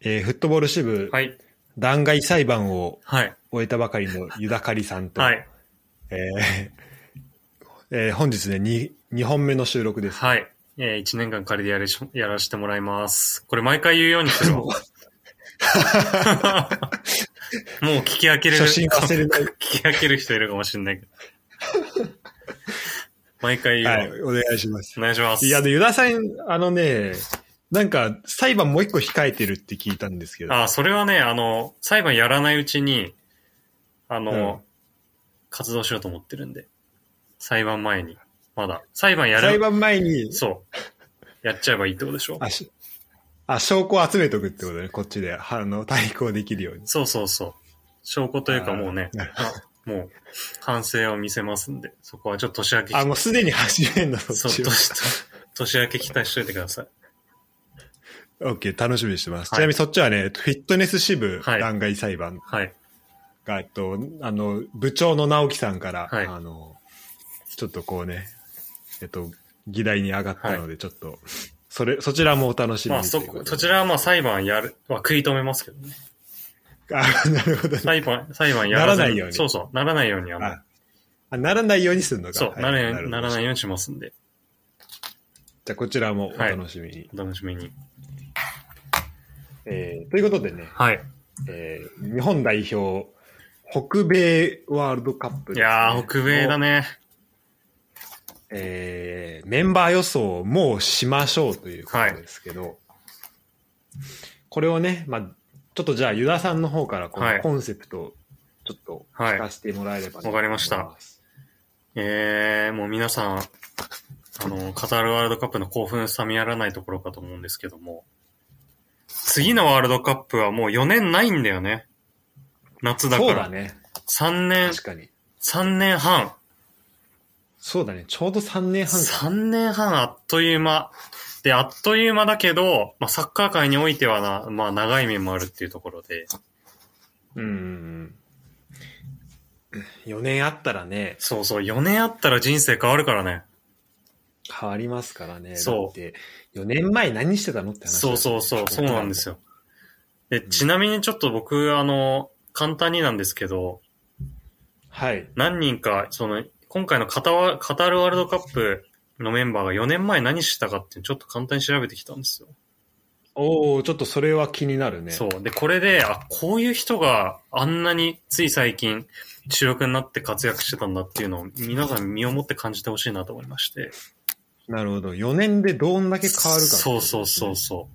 えーフットボール支部、はい。弾劾裁判をはい。終えたばかり のユダカリさんと、はい。えーえー本日ね、2、二本目の収録です。はい。えー、一年間借りでやれしやらせてもらいます。これ毎回言うようにす るわ。もう聞き飽きれる。初心忘れない聞き飽きる人いるかもしれないけど。 毎回言うわ、はい、お願いします。お願いします。いや、で、ユダさん、あのね、なんか、裁判もう一個控えてるって聞いたんですけど。あ、それはね、あの、裁判やらないうちに、あの、活動しようと思ってるんで。裁判前に。まだ。裁判や裁る。判前に、そう。やっちゃえばいいってことでしょあ、しあ証拠を集めとくってことね、こっちで、あの、対抗できるように。そうそうそう。証拠というかあーもうね、なるあ もう反省を見せますんで、そこはちょっと年明けあ、もうすでに始めんだ、そそうっちは。年年明け期待しといてください。オッケー、楽しみにしてます。はいちなみにそっちはね、フィットネス支部、はい弾劾裁判はい。が、えっと、あの、部長の直樹さんから、はいあの、ちょっとこうね、えっと、議題に上がったので、ちょっと、それ、そちらもお楽しみまにあとそいうここ、とで。そちらはまあ裁判やる、は食い止めま すけどね。あ、なるほどね、裁判、裁判やらずならないようにそうそう、ならないようにあの、ああならないようにするのか。そう、はいならるなほどならないようにしますんで、じゃあ、こちらもお楽しみに。お楽しみに。えーということでね、はい。えー日本代表、北米ワールドカップ、いやー、北米だね。ね。えーメンバー予想をもうしましょうということですけど、これをね、まあ、ちょっとじゃあ、ユダさんの方からこはのいコンセプトをちょっと聞かせてもらえればなと思いす、はいわかりましたえー、もう皆さん、あの、カタールワールドカップの興奮冷めやらないところかと思うんですけども、次のワールドカップはもう4年ないんだよね。夏だかそうら。だね。 3年、確かに。 3年半。そうだね。ちょうど3年半か。 3年半あっという間。で、あっという間だけど、まあ、サッカー界においてはな、まあ、長い面もあるっていうところで、うん。4年あったらね、そうそう、4年あったら人生変わるからね。変わりますからね。そうだって、4年前何してたのって話、そうそうそう、そうなんですよ。よ。で、ちなみにちょっと僕、あの、簡単になんですけど、はい。何人か、その、今回のカタワカタールワールドカップのメンバーが4年前何してたかっていうのをちょっと簡単に調べてきたんですよ。おおちょっとそれは気になるね。そ。う。で、これで、あ、こういう人があんなについ最近主力になって活躍してたんだっていうのを皆さん身をもって感じてほしいなと思いまして。なるほど。4年でどんだけ変わるか、そうそうそう。そ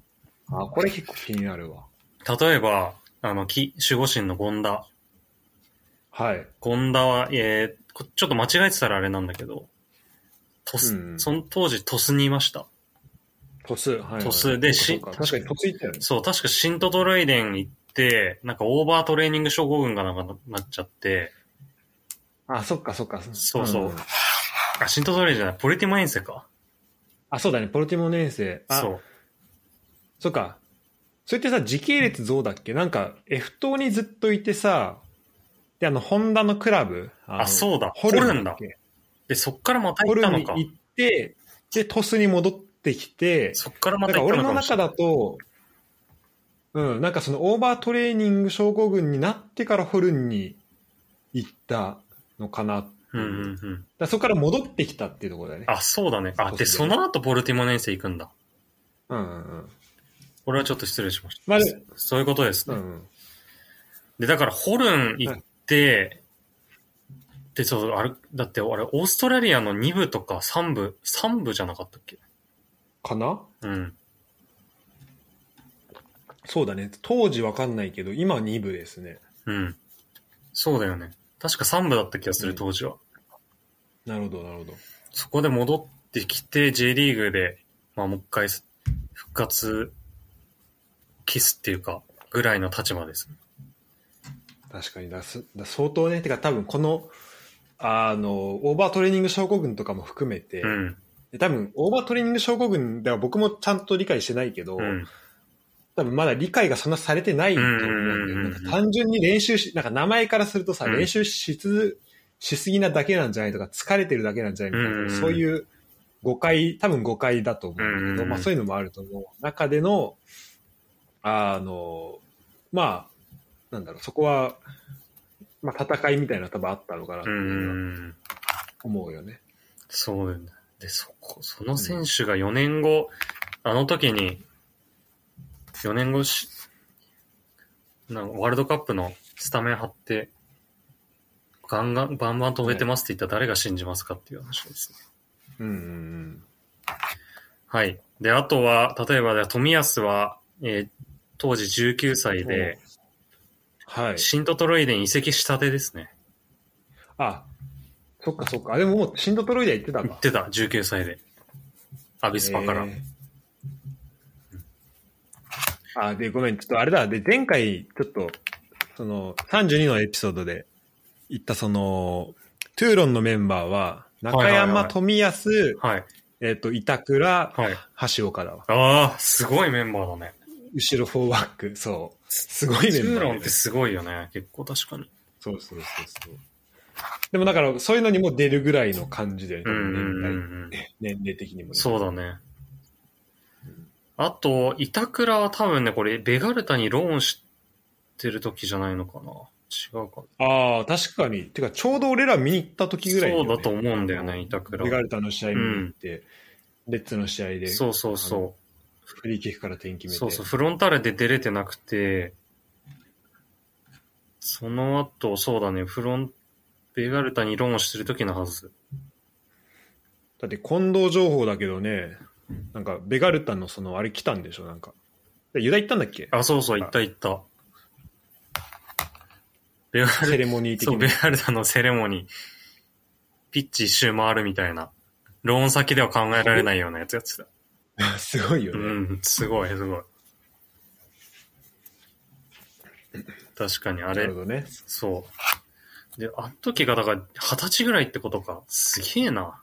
あ、これ結構気になるわ。う。例えば、あの、き守護神の権田。はい。権田は、えーこちょっと間違えてたらあれなんだけど、トス、うんその当時トスにいました。トス。はい、はい。トスでそうしかそうか確かにトスいったよね。そう、確かシントトロイデン行って、なんかオーバートレーニング症候群がなんかななっちゃって、あ、そっかそっか。そうそうんあ、シントトロイデンじゃない、ポリティモエンセか。あ、そうだね。ポルティモネンセ。あ、そう。そっか。それってさ、時系列どうだっけなんか、F 島にずっといてさ、で、あの、ホンダのクラブ。あのあ、そうだ、ホホルルンンだっだ。けで、そっからまたホ行っルたンのにか。行って、で、トスに戻ってきて、そっからまだかたら行っ俺たのかのもしれ中ない。だと、うん、なんかそのオーバートレーニング症候群になってからホルンに行ったのかな。だかうんうんうん。らそこから戻ってきたっていうところだね。あ、そうだね。あ、で、その後ポルティモエンセ行くんだ。うんうんうん。これはちょっと失礼しました。まあでそういうことですうね。んうん。で、だからホルン行って、で、そう、あれ、だって、あれ、オーストラリアの2部とか3部、3部じゃなかったっけかなうん。そうだね。当時わかんないけど、今2部ですね。うん。そうだよね。確か3部だった気がすうる、ん当時は。なるほど、なるほど。そこで戻ってきて、J リーグで、まあ、もう一回す復活、キスっていうか、ぐらいの立場です。確かにだす、だ相当ね。てか多分この、あの、オーバートレーニング症候群とかも含めて、うん。で多分オーバートレーニング症候群では僕もちゃんと理解してないけど、うん。多分まだ理解がそんなされてないと思うんだようんうんうんね。うんなんか単純に練習し、なんか名前からするとさ、うん練習しつ、しすぎなだけなんじゃないとか、疲れてるだけなんじゃないみたいな、うんうんうんそういう誤解、多分誤解だと思うんだけど、うんうんうんまあそういうのもあると思う。中での、あの、まあ、なんだろう、そこは、まあ、戦いみたいなの多分あったのかなってういうのはん。思うよね。そうだよね。で、そこ、その選手が4年後、あの時に、4年後し、なんかワールドカップのスタメン張って、ガンガン、バンバン飛べてますって言ったら誰が信じますかっていう話ですね。うんうんうん。はい。で、あとは、例えばで、富安は、えー当時19歳で、はい。シントトロイデン移籍したてですね。あ、そっかそっか。あでももう、シンドトロイデー行ってたん行だっ。てた、19歳で。アビスパから。えーあ、で、ごめん、ちょっとあれだ。で、前回、ちょっと、その、32のエピソードで言った、その、トゥーロンのメンバーは、中はいはいは山、い富安、はい。えっと、板倉、はい。橋岡だわ。ああ、すごいメンバーだね。後ろフォーバック、そう。すごいメツンーバーだロよンねってすごいよね。結構確かに。そうそうそうそう。でもだから、そういうのにも出るぐらいの感じだよね。うんうんうんうん。年齢的にもね。そうだね。あと、板倉は多分ね、これ、ベガルタにローンしてる時じゃないのかな。違うか。ああ、確かに。てか、ちょうど俺ら見に行った時ぐらいよね、そうだと思うんだよね、板ベガ倉。ルタの試合見に行って、レッツの試合で、そうそうそフリーキックから点決う。めて。そうそう、フロンターレで出れてなくて、その後、そうだね、フロン、ベガルタにローンしてる時のはず。だって、近藤情報だけどね、なんか、ベガルタのその、あれ来たんでしょ、なんか。でユダ行ったんだっけあ、そうそう、行った行った。ベガルタセレモニー的そう、にベ。アルダのセレモニー、ピッチ一周回るみたいな、ローン先では考えられないようなやつやつだ。 すごいようね。ん、すごい、すごい。確かに、あなるれほ、どね。そう。で、あの時が、だから、二十歳ぐらいってことか。すげえな。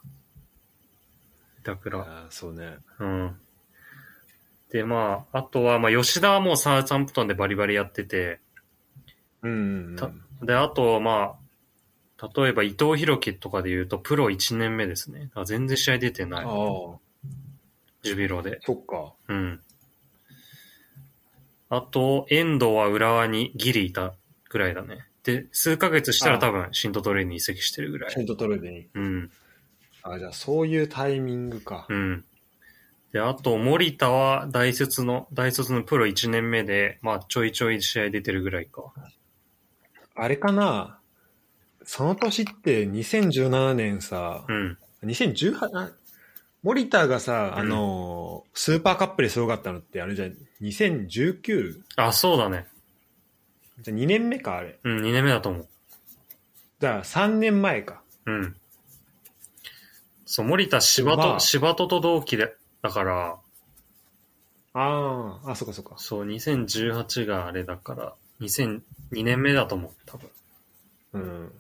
だから、ああ、そうね。うん。で、まあ、あとは、まあ、吉田はもうサーチャンプトンでバリバリやってて、うんうん、うたん。で、あと、まあ、例えば伊藤博樹とかで言うと、プロ1年目ですね。あ全然試合出てああない。、ジュビロで。そっか。うん。あと、遠藤は浦和にギリいたぐらいだね。で、数ヶ月したら多分、シントトレーに移籍してるぐらセい。ントトロイデに。うん。あ、じゃあそういうタイミングか。うん。で、あと、森田は大卒の、大卒のプロ1年目で、まあ、ちょいちょい試合出てるぐらいか。あれかなその年って2017年さう、ん。 2018あ、森田がさ、あのー、スーパーカップですごかったのって、あれじゃ、2019? あ、そうだね。じゃ、2年目か、あれ。うん、2年目だと思う。じゃあ、3年前か。うん。そう、森田柴ま戸、あ柴戸と同期で、だから、ああ、あ、そっかそっか。そう、2018があれだから、2002年目だと思う、多分。うん。も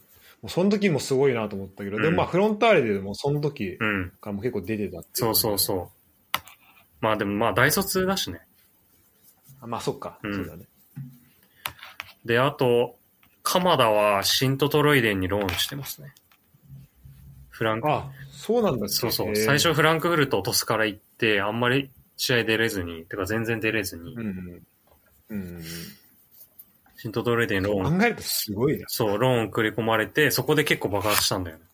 うその時もすごいなと思ったけど、うんでもまあ、フロンターレでもその時うん。からも結構出てたっていそうそううそう。まあでもまあ大卒だしね。あ。まあ、そっか。うんそうだね。で、あと、鎌田はシントトロイデンにローンしてますね。フランク、あ、そうなんだっけそうそへう。ー最初フランクフルトトスから行って、あんまり試合出れずに、てか全然出れずにう、んうん。うんうんうん。シントトロイデンローン考えるとすごいな。そう、ローン繰り込まれて、そこで結構爆発したんだよね。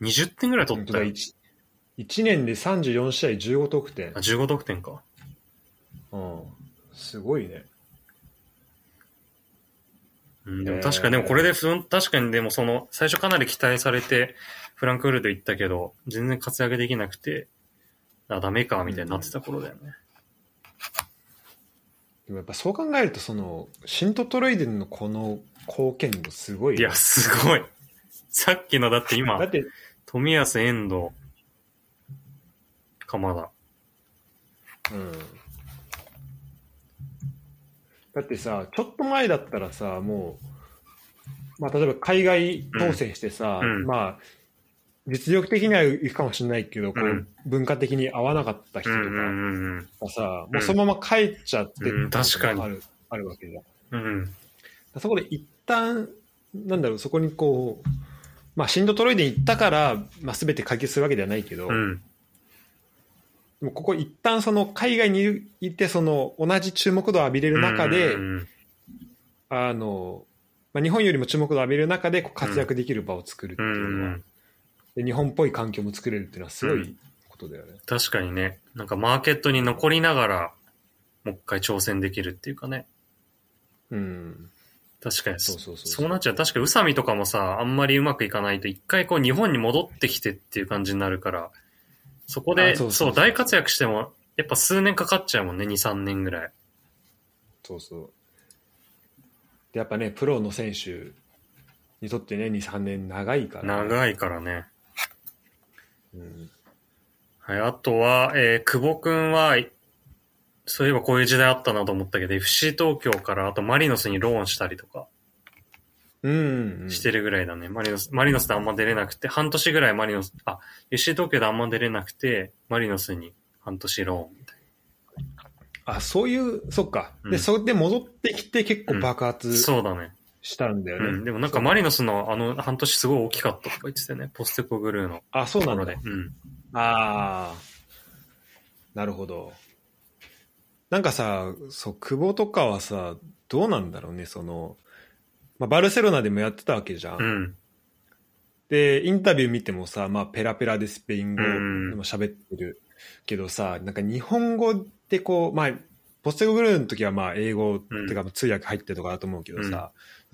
20点ぐらい取本っ当ただよ。 1, 年で34試合15得点あ、。15得点か。うん、すごいね。うん、でもえー確か、でもこれでふん、確かにでもその、最初かなり期待されて、フランクフルト行ったけど、全然活躍できなくて、あ、ダメか、みたいになってた頃だよね。でもやっぱそう考えると、その、シントトロイデンのこの貢献度すごいいね、や、すごい。さっきの、だっだて今っ、て、富安、遠藤、鎌田。うん。だってさ、ちょっと前だったらさ、もう、まあ、例えば海外当選してさ、うんうんまあ、実力的には行くかもしれないけど、こううん文化的に合わなかった人うとんか、うんうんがさ、もうそのまま帰っちゃってうん確かにある、あるわけじゃん。だかうん。うん。らそこで一旦、なんだろう、そこにこう、まあ、シンドトロイデン行ったから、まあ、全て解決するわけではないけど、うん。でもここ一旦その海外にいてその同じ注目度を浴びれる中でう、んあの、まあ、日本よりも注目度を浴びる中でこう活躍できる場を作るってういうのは、ん、で日本っぽい環境も作れるっていうのはすごいことだよね。確かにね、なんかマーケットに残りながら、もう一回挑戦できるっていうかね。うん。確かにそうそうそうそうなっちゃう。確かに宇佐美とかもさ、あんまりうまくいかないと、一回こう日本に戻ってきてっていう感じになるから、そこあで、そそううそうそう大活躍しても、やっぱ数年かかっちゃうもんね、2、3年ぐらい。そうそう。で、やっぱね、プロの選手にとってね、2、3年長いから、長いからね。うん。はい、あとは、えー久保くんは、そういえばこういう時代あったなと思ったけど、FC 東京から、あとマリノスにローンしたりとかうん、うん。してるぐらいだね。マリノス、マリノスであんま出れなくて、半年ぐらいマリノス、あ、FC 東京であんま出れなくて、マリノスに半年ローンみたいあ、そういう、そっか。うで、んそれで戻ってきて結構爆発な。そうだね。したんだよね。うん、でもなんかマリノスのあの半年すごい大きかったとか言ってたよね。ポステコグルーのあ、そうとなこんろだで。。うん。ああ。なるほど。なんかさ、そう、久保とかはさ、どうなんだろうね、その、まあ、バルセロナでもやってたわけじゃん。うん。で、インタビュー見てもさ、まあ、ペラペラでスペイン語うんでも喋ってるけどさ、なんか日本語ってこう、まあ、ポステゴグルーの時はまあ、英語、うんてか通訳入ってるとかだと思うけどさ、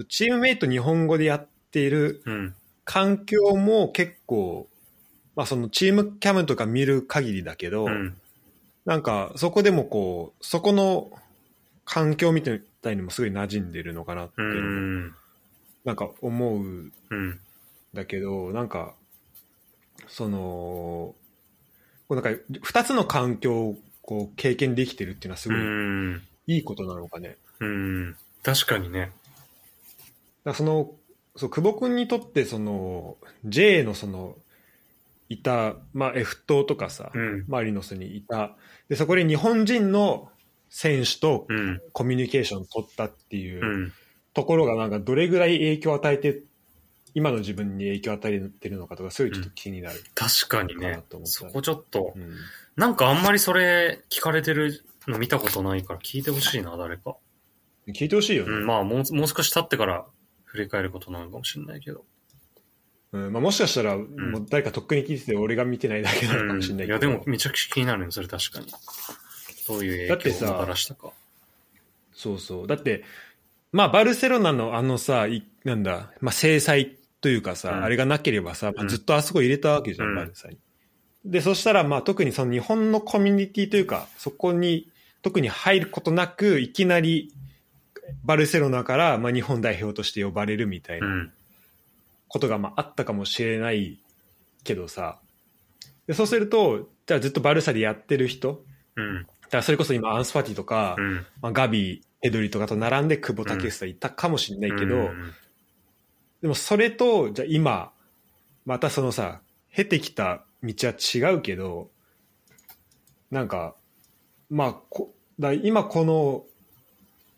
チームメイト日本語でやっているうん。環境も結構、まあ、そのチームキャムとか見る限りだけど、うん。なんかそこでもこうそこの環境みたいにもすごい馴染んでるのかなってういうのもん。なんか思うんうん。だけどなんかそのこうなんか2つの環境をこう経験できてるっていうのはすうごいん。いいことなのかね。うん。確かにね。だからそのそう久保君にとってその J のそのいた、まあ、F 党とかさ、うん。マリノスにいた。で、そこで日本人の選手とうん。。コミュニケーションを取ったっていうううんところがなんかどれぐらい影響を与えて、今の自分に影響を与えてるのかとか、そういうちょっと気になる。確かにかなねと。思ったそこちょっとう、んなんかあんまりそれ聞かれてるの見たことないから聞いてほしいな、誰か。聞いてほしいようね。ん。まあ、もう、もう少し経ってから振り返ることなのかもしれないけど。うんまあ、もしかしたら、もう誰かとっくに聞いてて、俺が見てないだけなのかもしれないけいど。や、でもめちゃくちゃ気になるね、それ確かに。どういうだって影響さをもたらしたか。そうそう。だって、まあ、バルセロナのあのさ、いなんだ、まあ、制裁というかさ、うんあれがなければさ、まうあ、んずっとあそこ入れたわけじゃん、うん。バルサに。で、そしたら、まあ、特にその日本のコミュニティというか、そこに特に入ることなく、いきなり、バルセロナから、まあ、日本代表として呼ばれるみたいうなんことが、まあ、あったかもしれないけどさ。で、そうすると、じゃあずっとバルサでやってる人、うん。だからそれこそ今、アンスファティとか、うん。まあ、ガビ、エドリとかと並んで久保建英いたかもしれないけど、うんでもそれと、じゃあ今、またそのさ、経てきた道は違うけど、なんか、まあ、こだ今この、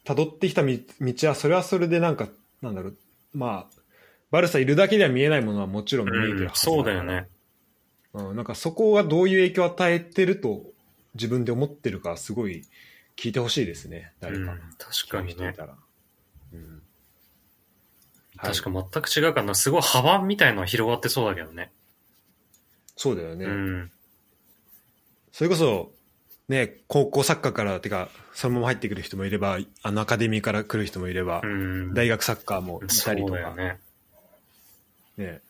辿ってきた道道は、それはそれでなんか、なんだろう、まあ、バルサいるだけでは見えないものはもちろん見えてるはずそうかだらよね。。うん、なんかそこがどういう影響を与えてると自分で思ってるか、すごい聞いてほしいですね、誰うんか。確かにね。うんはい確か全く違うからな。すごい幅みたいのは広がってそうだけどね。そうだよね、うん。それこそね高校サッカーからてかそのまま入ってくる人もいればあのアカデミーから来る人もいれば、うん。大学サッカーもいそたりうとだかよね。ね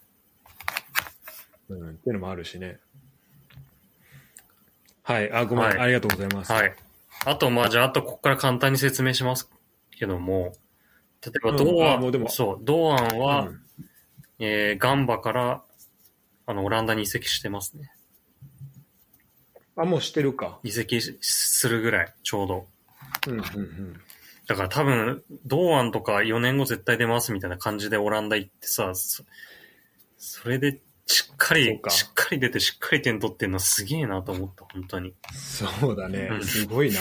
うん、っていうのもあるしねはいあごめん、はいありがとうございますはい。あと、まあ、じゃあ、あと、ここから簡単に説明しますけども、例えば、うん堂あもうで安、もそう、堂安は、うんえーガンバから、あの、オランダに移籍してますね。あもうしてるか移籍しするぐらい、ちょうど。うんうんうんだから多分、堂安とか4年後絶対出ますみたいな感じでオランダ行ってさ、そそれでしっかそりう、かしっかり出てしっかり点取ってんのすげえなと思った、本当に。そうだね、うんす ごいな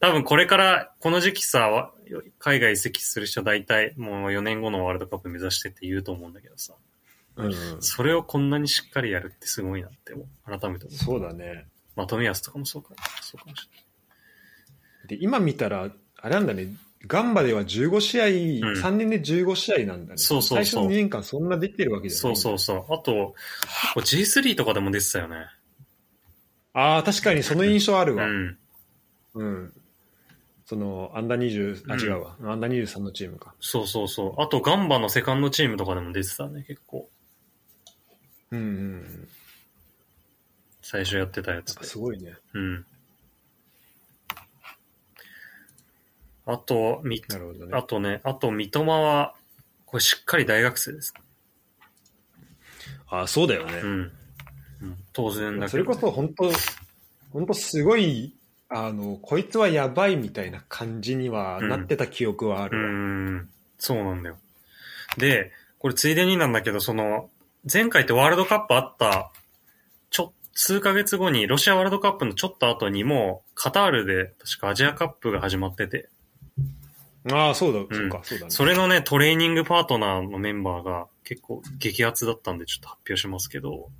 多分これから、この時期さ、わ海外移籍する人大体もう4年後のワールドカップ目指してって言うと思うんだけどさ、うん、うん、それをこんなにしっかりやるってすごいなって、改めて思そうだねう。まあ、富安とかもそうか。そうかもしで今見たら、あれなんだね、ガンバでは15試合、うん3年で15試合なんだね。そうそうそ最う初の2年間そんなできてるわけれなじい。ゃそなうい。。そううそう。あと、こう G3 とかでも出てたよね。ああ、確かにその印象あるうわ。うん。ん。その、アンダー20、あ、うん違うわ。アンダー23のチームか。そうそうそう。あと、ガンバのセカンドチームとかでも出てたね、結構。うんうんうん。最初やってたやなつんでか。すごいね。うん。あと、み、なるほどねあ。とね、あと、三笘は、これしっかり大学生です。ああ、そうだようね。ん。うん当然だそけれど、こそ本当、本当すごい、あの、こいつはやばいみたいな感じにはなってた記憶はあうるわ。ん。そうなんだよ。で、これついでになんだけど、その、前回ってワールドカップあった、ちょ、数ヶ月後に、ロシアワールドカップのちょっと後にもう、カタールで、確かアジアカップが始まってて、ああ、そうだ、んそっか、そうだね。それのね、トレーニングパートナーのメンバーが結構激アツだったんで、ちょっと発表しますけど、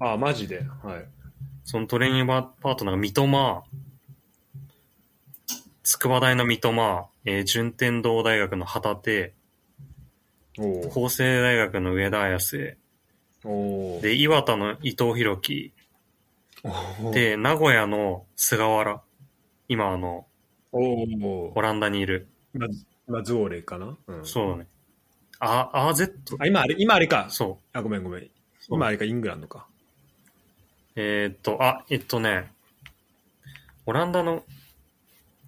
ああ、マジで。はい。そのトレーニングパートナーが三笘、筑波大の三笘、えー順天堂大学の旗手、おー法政大学の上田綾瀬、おーで、岩田の伊藤博樹、おーで、名古屋の菅原、今あの、おおオランダにいる。ままズオーレかな、うん、そうだね。あ、AZ? あ今あれ今あれかそう。あごめんごめんう今あれかイングランドかえーっと、あ、えっとね、オランダの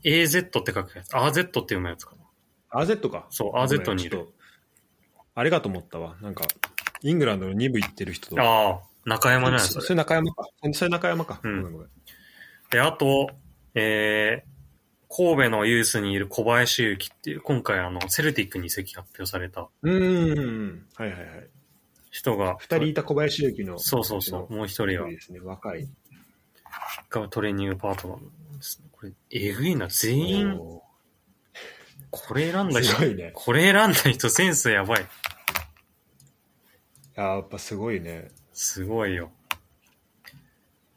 AZ って書くやつ。AZ って読むやつかな。 RZ かそう、ご AZ めんにいちょるっ。とあれかと思ったわなんかイングランドの2部行ってる人とああ、中山じゃないそそれそれ中山かそれ中山か、うごんめんごめんで、あと、えー、神戸のユースにいる小林祐希っていう、今回あの、セルティックに移籍発表されたうーんうんはいはいはい人が、 2人いた小林祐希のそうそうそう、もう一一人人はですね若いがトレーニングパートナーなんですね。これ、えぐいな、全員、おこれ選んだーす人、ごいねこれ選んだ人センスやばい。いややっぱすごいねすごいよ。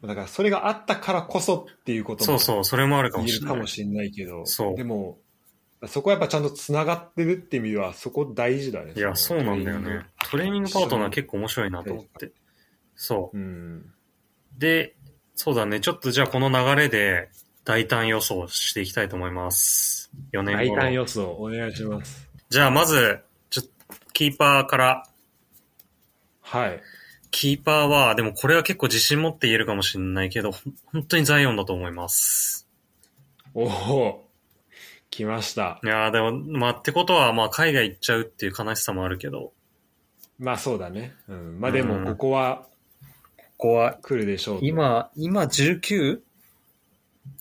だからそれがあったからこそっていうことそうそう、それもあるかもいしるれかないも。しれないけど、そうでも、そこはやっぱちゃんとつながってるって意味では、そこ大事だね。いや、そそうのなんだよね。。トレーニングパートナー結構面白いなと思って。そうん。う。で、そうだね。ちょっとじゃあこの流れで、大胆予想していきたいと思います。4年大後胆の。予想、お願いします。じゃあまず、ちょっと、キーパーから。はい。キーパーは、でもこれは結構自信持って言えるかもしれないけど、ほん本当にザイオンだと思います。おお来ましたい。やーでも、まあ、ってことは、まあ、海外行っちゃうっていう悲しさもあるけど、まあそうだね。うん。まあでうんも、ここはここは、来るでしょうと。今、今 19?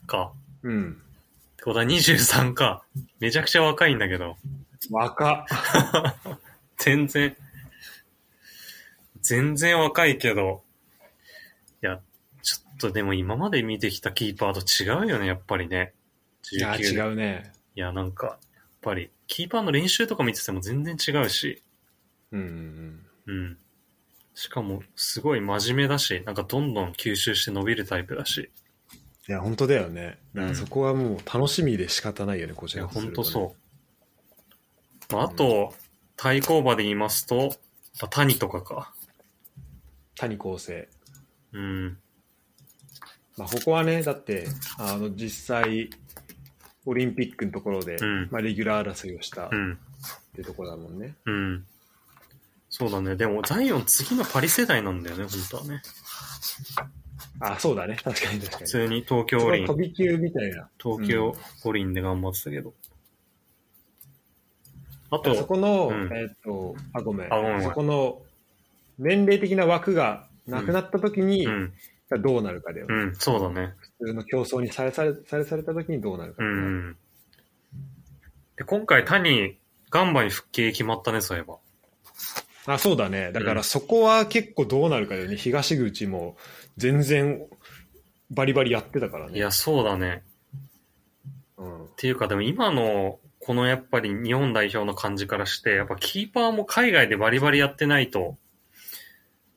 か。うん。ってことは23か。めちゃくちゃ若いんだけど、若っ。全然、全然若いけど、いや、ちょっとでも今まで見てきたキーパーと違うよね、やっぱりね。19いや、違う。うね。いや、なんか、やっぱり、キーパーの練習とか見てても全然違うし、うんうんうん。うん。しかも、すごい真面目だし、なんかどんどん吸収して伸びるタイプだし。いや、本当だよね。だかうんらそこはもう楽しみで仕方ないよね、こちいらや、とすほるんととねそう。まあ、あと、対抗馬で言いますと、まあ谷とかか。谷康生。うん。まあ、ここはね、だって、あの、実際、オリンピックのところで、うんまあ、レギュラー争いをしたっうん。ていうところだもんね。うん。そうだね。でも、ザイオン次のパリ世代なんだよね、本当はね。あ、そうだね。確かに確か普に。そ通に東京こ五は輪、飛び級みたいな。東京五輪で頑張ってたけど。ああそと、この、うんえーっと、あ、ごめん。あごめんごめんそこの、年齢的な枠がなくなった時に、うん、どうなるかだよ、うん、そうだね。普通の競争にされされされされた時にどうなるかうだよね、ん。で、今回、谷、ガンバに復帰決まったね、そういえば。あ、そうだね。だかうんらそこは結構どうなるかだよね。東口も全然バリバリやってたからね。いや、そうだね。うんっ、ていうか、でも今の、このやっぱり日本代表の感じからして、やっぱキーパーも海外でバリバリやってないと、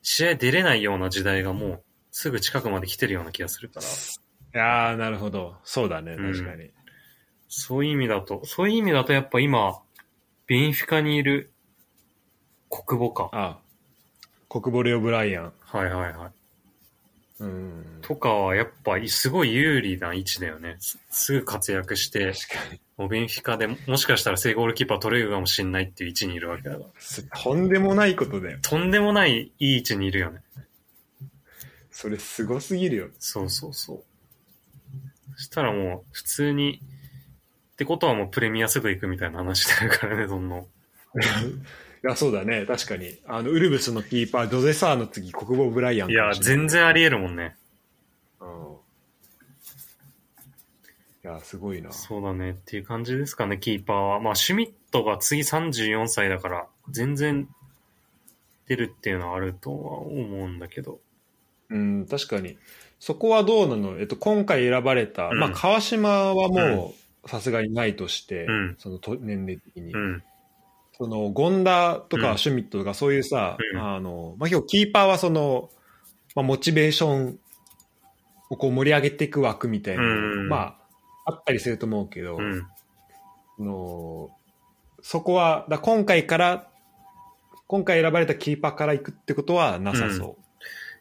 試合出れないような時代がもうすぐ近くまで来てるような気がするから、いやー、なるほど。そうだね、確かに。そういう意味だと、そういう意味だとやっぱ今、ベンフィカにいる国母か。あ国ボレオ・ブライアン。はいはいはい。うん。とかはやっぱすごい有利な位置だよね。すすぐ活躍して、確かに。もうベンフィカでももしかしたら正ゴールキーパー取れるかもしれないっていう位置にいるわけだから。すとんでもないことだよ。とんでもないいい位置にいるよね。それすごすぎるよ。そうそうそう。そしたらもう普通に、ってことはもうプレミアすぐ行くみたいな話だからね、どんどん。いや、そうだね、確かに。あの、ウルブスのキーパー、ドゼサーの次、国防ブライアンいかやも、しれない全然あり得るもんね。うんいや、すごいな。そうだねっていう感じですかね、キーパーは。まあ、シュミットが次34歳だから、全然出るっていうのはあるとは思うんだけど。うん、確かに。そこはどうなのえっと、今回選ばれた、うんまあ、川島はもう、さすがにないとして、うんそのと、年齢的に。うん。その、権田とうんか、シュミットとか、そういうさ、うんあの、まあ、今日、キーパーはその、まあ、モチベーションをこう盛り上げていく枠みたいな、うんまあ、あったりすると思うけど、うん。あのそこはだ今回から今回選ばれたキーパーから行くってことはなさそ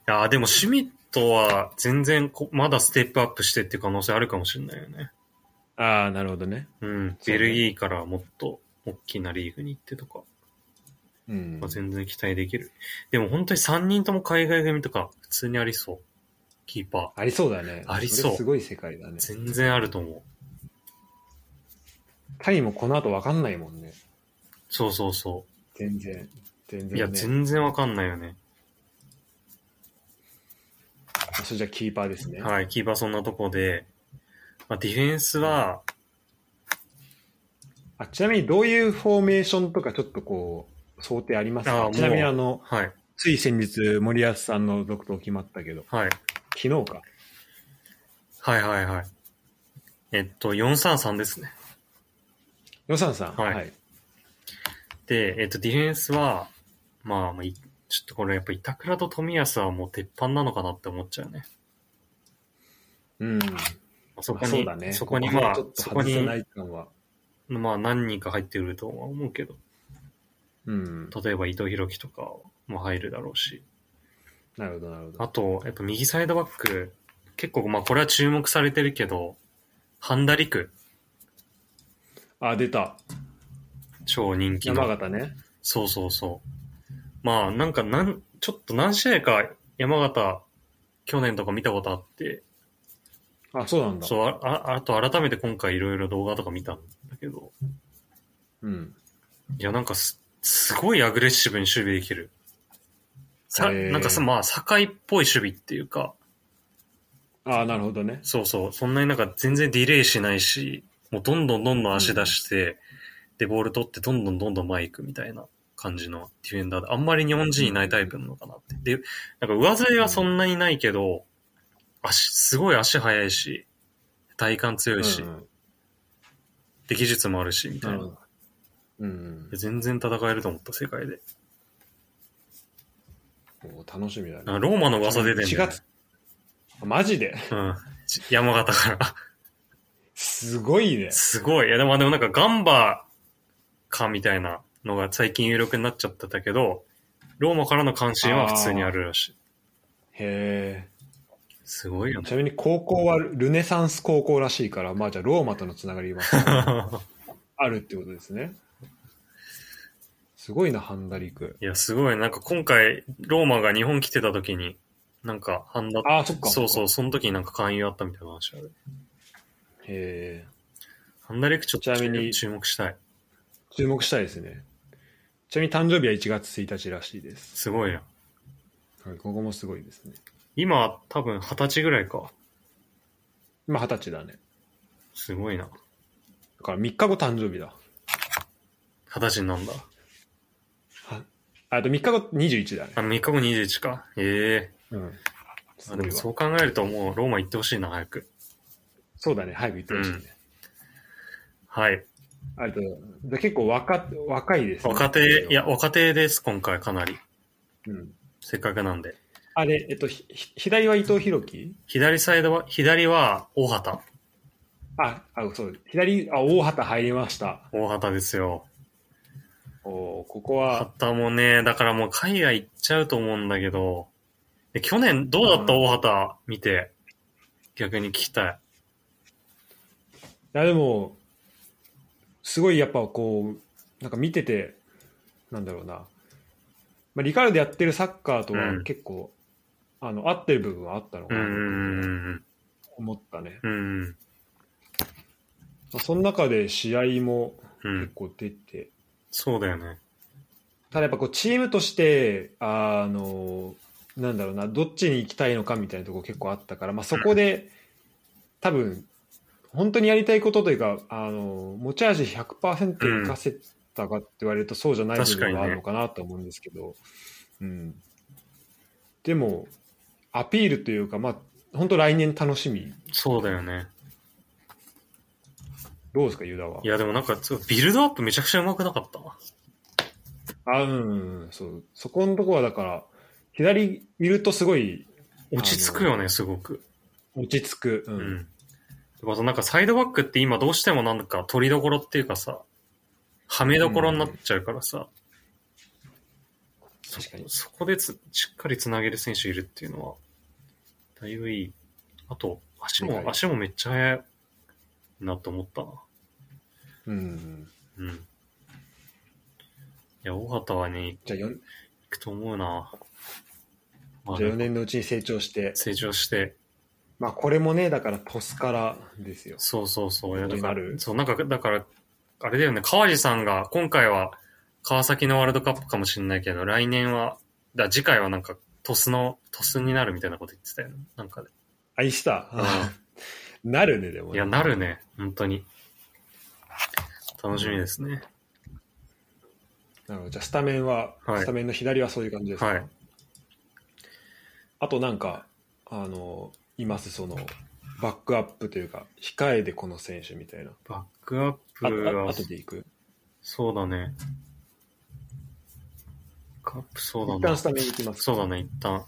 いやーでもシュミットは全然こまだステップアップしてっていう可能性あるかもしれないよね。う、ああなるほどね、うん。そうベねルギーからもっと大きなリーグに行ってとか、うんまあ、全然期待できる。でも本当に3人とも海外組とか普通にありそう。キーパー。ありそうだねありそうれすごい世界だね全然あると思う。タイもこの後わかんないもんねそうそうそ全然全然、う。ね、いや、全然わかんないよね。それじゃあキーパーですね、はい、キーパーそんなとこで、まあ、ディフェンスは、あちなみにどういうフォーメーションとかちょっとこう想定ありますあかーちなみにもうあのはい、つい先日森保さんの続投決まったけどはい、昨日かはい、はい、はい。えっと、433ですね。予算さんはいで、えっと、ディフェンスは、まあ、まあ、いちょっとこれやっぱ板倉と冨安はもう鉄板なのかなって思っちゃうね。うんまあそこあそに、うだねそこにまあちょっ、とそこ外にせ、ない感はまあ何人か入ってくるとは思うけど、うん例えば伊藤洋樹とかも入るだろうし、なるほど、なるほど。あと、やっぱ右サイドバック、結構まあこれは注目されてるけど、ハンダリク、あ、出た。超人気の山。形ね。そうそうそう。まあ、なんか、なん、ちょっと何試合か山形、去年とか見たことあって、あ、そうなんだ。そう、あああと改めて今回いろいろ動画とか見たんだけど、うん。いや、なんかす、すごいアグレッシブに守備できる。さ、へーなんかさ、まあ、境っぽい守備っていうか、あ、なるほどね。そうそう、そんなになんか全然ディレイしないし、もうどんどんどんどん足出して、で、ボール取ってどんどんどんどん前行くみたいな感じのディフェンダーで、あんまり日本人いないタイプなのかなって。で、なんか上背はそんなにないけど、足、すごい足速いし、体幹強いし、うんうんで、技術もあるし、みたないるなほ。ど。うんで全然戦えると思った、世界で。うん。お楽しみだね。なんかローマの噂出てん4だよね月。あマジでうん。ち山形から。 すごいね。すごい。いや、でも、でもなんかガンバかみたいなのが最近有力になっちゃってたけど、ローマからの関心は普通にあるらしい。へすごいよえ。ね ち。なみに高校はルネサンス高校らしいから、まあじゃあローマとのつながり はあるってことですね。すごいな、ハンダリク。いや、すごい。なんか今回、ローマが日本来てた時に、なんか、ハンダ、あ、そっか。。そうそうう、その時になんか勧誘あったみたいな話ある。へえ。ハンダレクちょっとちなみに注目したい。注目したいですね。ちなみに誕生日は1月1日らしいです。すごいな。はい、ここもすごいですね。今、多分二十歳ぐらいか。今二十歳だね。すごいな。だから3日後誕生日だ。二十歳になんだ。はあと3日後21だねあ、。3日後21か。ええうん。すあごでいもわそう考えるともうローマ行ってほしいな、早く。そうだね。早く行ってほしいね。はい。あと、じゃあ結構若若いですね。若手、いや、若手です、今回かなり。うん。せっかくなんで。あれ、えっと、ひひ左は伊藤洋樹左サイドは、左は大畑。あ、あ、そう、左、あ、大畑入りました。大畑ですよ。おーここは、畑もね、だからもう海外行っちゃうと思うんだけど、で去年どうだったうん大畑見て、逆に聞きたい。いやでも、すごいやっぱこう、なんか見てて、なんだろうな、まあ、リカルドやってるサッカーとうはん結構、あの合ってる部分はあったのうかなんうとん思ったね。うんうん。うんまあ、その中で試合もう結ん。構出て、そうだよね。ただやっぱこうチームとして、あの、なんだろうな、どっちに行きたいのかみたいなところ結構あったから、まあ、そこで、多分、本当にやりたいことというか、あの、持ち味100%生かせたかって言われると、そうじゃない部分があるのかなと思うんですけど、うん。でも、アピールというか、まあ、本当来年楽しみ。そうだよね。。どうですか、ユダはいや、でもなんか、そうビルドアップめちゃくちゃ上手くなかった。あ、うんうんうん、そう。そこのとこはだから、左いるとすごい落ち着くよね、すごく。落ち着く。うん。うん。でまたなんかサイドバックって今どうしてもなんか取りどころっていうかさ、はめどころになっちゃうからさ、確かに。そこでつしっかりつなげる選手いるっていうのは、だいぶいい。あと、足も、はい足もめっちゃ速いなと思ったな。うん。うん。いや、大畑はね、じゃあ4、行くと思うな。まあじゃあ、四年のうちに成長して、成長して、まあこれもね、だから鳥栖からですよ。そうそうそう。いやことだにかならる、そう、なんか、だから、あれだよね、川地さんが、今回は川崎のワールドカップかもしれないけど、来年は、だ次回はなんか、トスの、トスになるみたいなこと言ってたよね。なんかね、愛した。なるね、でも、いや、なる。ね、本当に。楽しみですね。なるほど。じゃあスタメンは、はいスタメンの左はそういう感じですか、はいあとなんか、あの、います、その、バックアップというか、控えでこの選手みたいな。バックアッあプあは、後でいく。そうだね。バックアップ、そうだ一ね。旦スタメンいきます。そうだね、一旦。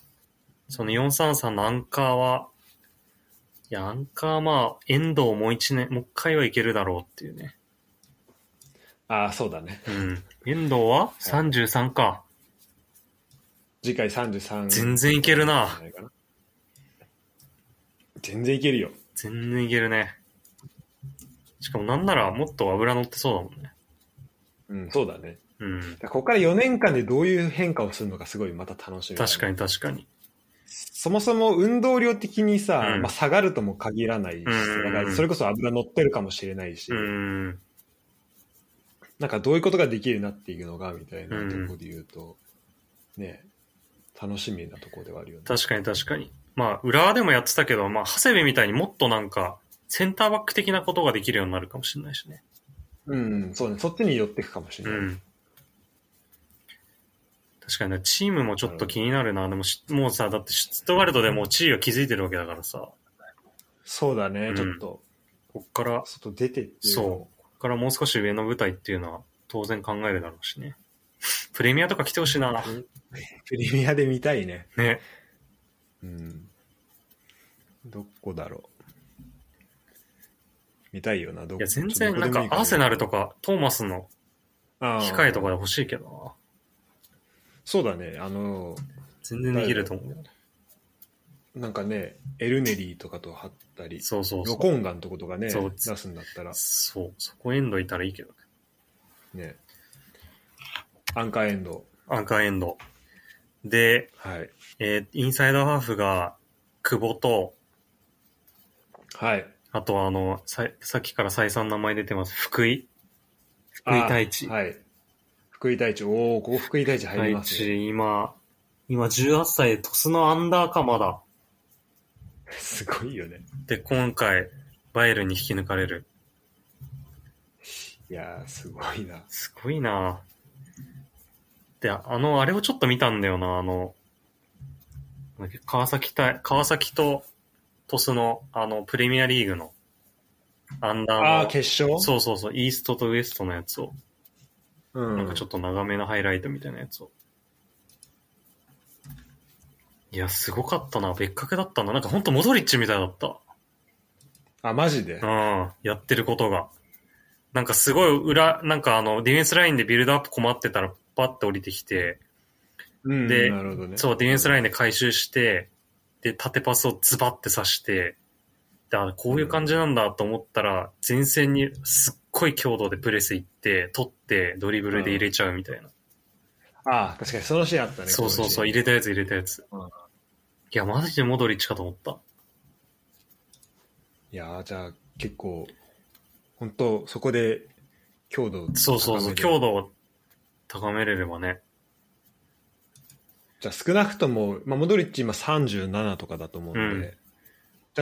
その433のアンカーは、いや、アンカーまあ、遠藤もう一年、もう一回はいけるだろうっていうね。ああ、そうだね。うん。遠藤は ?33 か。次回33。全然いけるじゃな。ないかな。全然いけるよ。全然いけるね。しかもなんならもっと油乗ってそうだもんね。うん、そうだね。うん。ここから4年間でどういう変化をするのかすごいまた楽しみだね確かに確かに。そもそも運動量的にさ、うんまあ、下がるとも限らないし、うんだからそれこそ油乗ってるかもしれないし、うん。なんかどういうことができるようになっていくのかみたいなところで言うと、ね楽しみなところではあるよね。確かに確かに。まあ、浦和でもやってたけど、まあ、長谷部みたいにもっとなんか、センターバック的なことができるようになるかもしれないしね。うん、そうね。そっちに寄っていくかもしれうない。ん。確かにね、チームもちょっと気になるな。でもし、もうさ、だってシュツットガルトでもう地位を築いてるわけだからさ、そうだね、うんちょっと、こっから、こ外出てっていう。そう。っからもう少し上の舞台っていうのは当然考えるだろうしね。 プレミアとか来てほしいな。プレミアで見たいね。ね。うん。どこだろう。見たいよな、どこいや、全然、どこなでもんかいい、らアーセナルとか、トーマスの控えとかかで欲しいけどそうだねあのな。全然できると思うよ。なんかねエルネリーとかと貼ったりそうそうそロう。コンガンとことかねそう出すんだったらそう。そこエンドいたらいいけどね。ねアンカーエンドアンカーエンド。で、はいえーインサイドハーフが、久保と、はいあとはあの、ささっきから再三名前出てます。福井。福井あ太一。はい福井太一おおここ福井太一入り太ますね一、今、今18歳で、鳥栖のアンダーかまだ。すごいよねで、今回、バイエルンに引き抜かれる。いやーすごいなすごいなで、あの、あれをちょっと見たんだよな、あの、なんだっけ川崎対、川崎と鳥栖の、あの、プレミアリーグの、アンダーのああー決勝そうそうそう、イーストとウエストのやつを、う、ん、なんかちょっと長めのハイライトみたいなやつをいや、すごかったな。別格だったな。なんかほんとモドリッチみたいだった。あ、マジでうん。やってることが。なんかすごい裏、なんかあの、ディフェンスラインでビルドアップ困ってたら、パッて降りてきて、うん、でなるほどね。そう、ディフェンスラインで回収して、で、縦パスをズバッて刺して、で、あこういう感じなんだと思ったら、前線にすっごい強度でプレス行って、取って、ドリブルで入れちゃうみたいな。あ確かにそのシーンあったね。そうこそうそう、のシーン入れたやつ入れたやつ。うんいや、マジでモドリッチかと思った。いやーじゃあ結構、本当そこで強度を高めてそうそうそう、強度を高めれればね。じゃあ少なくとも、まあ、モドリッチ今37とかだと思うので、うんじ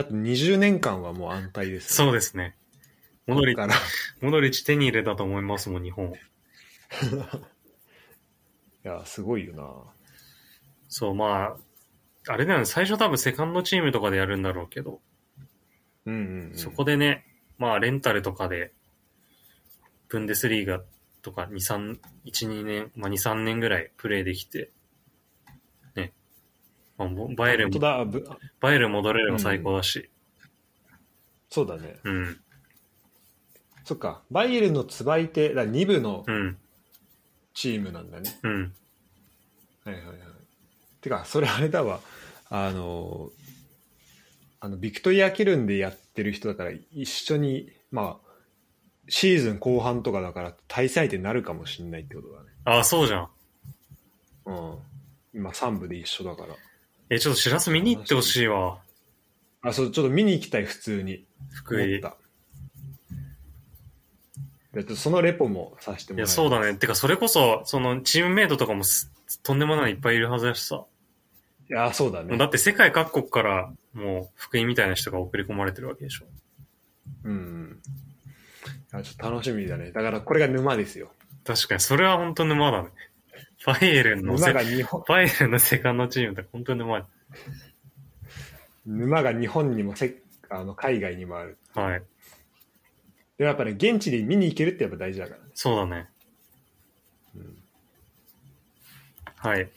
ゃああと20年間はもう安泰です、そうですね。モドリッだかチ、ら、モドリッチ手に入れたと思いますもん、日本。いや、すごいよな。そう、まあ、あれだよね、最初多分セカンドチームとかでやるんだろうけど、うんうん、うん。そこでね、まあ、レンタルとかで、ブンデスリーガとか2、3、1、2年、まあ、2、3年ぐらいプレーできて、ね。まあ、ぼバイエルン本当だ、ぶバイエルン戻れれば最高だし、そうだね。うん、そっか、バイエルンのつばい手、だ2部のうん、チームなんだね。うん。はいはいはい。てか、それあれだわ、あの、あのビクトリア・ケルンでやってる人だから、一緒に、まあ、シーズン後半とかだから、対戦相手になるかもしれないってことだね。あ、そうじゃん。うん。今3部で一緒だから。え、ちょっとしらす見に行ってほしいわ。あ、そう、ちょっと見に行きたい、普通に。福思井。っいた。でちょっとそのレポもさせてもらや、いますそうだね。てか、それこそ、その、チームメイトとかもすとんでもないいっぱいいるはずだしさ。いや、そうだね。だって世界各国から、もう、福井みたいな人が送り込まれてるわけでしょ。うん。いやちょっと楽しみだね。だからこれが沼ですよ。確かに、それは本当沼だね。バイエルンの沼せ、が日本、バイエルンのセカンドチームって本当に沼だ。沼が日本にもせあの海外にもある。はい。でもやっぱね、現地で見に行けるってやっぱ大事だからね。そうだね。うんはい。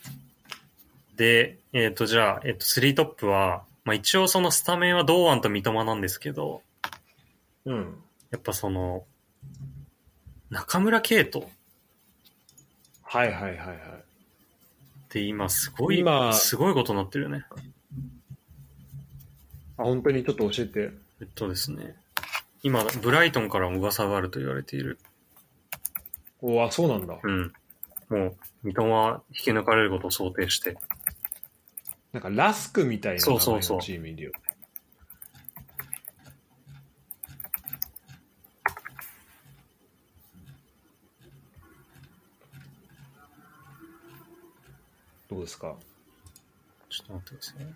で、えっ、と、じゃあ、えっ、と、スリートップは、まあ一応そのスタメンは堂安と三笘なんですけど、うん。やっぱその、中村圭斗っはいはいはいはい。て今すごい、今すごいことになってるよね。あ、本当にちょっと教えて。えっとですね。今、ブライトンからも噂があると言われている。おあ、そうなんだ。うん。もう、三笘は引き抜かれることを想定して。なんかラスクみたいな名前そうそうそのうチームいるよね。どうですかちょっと待ってくださいね。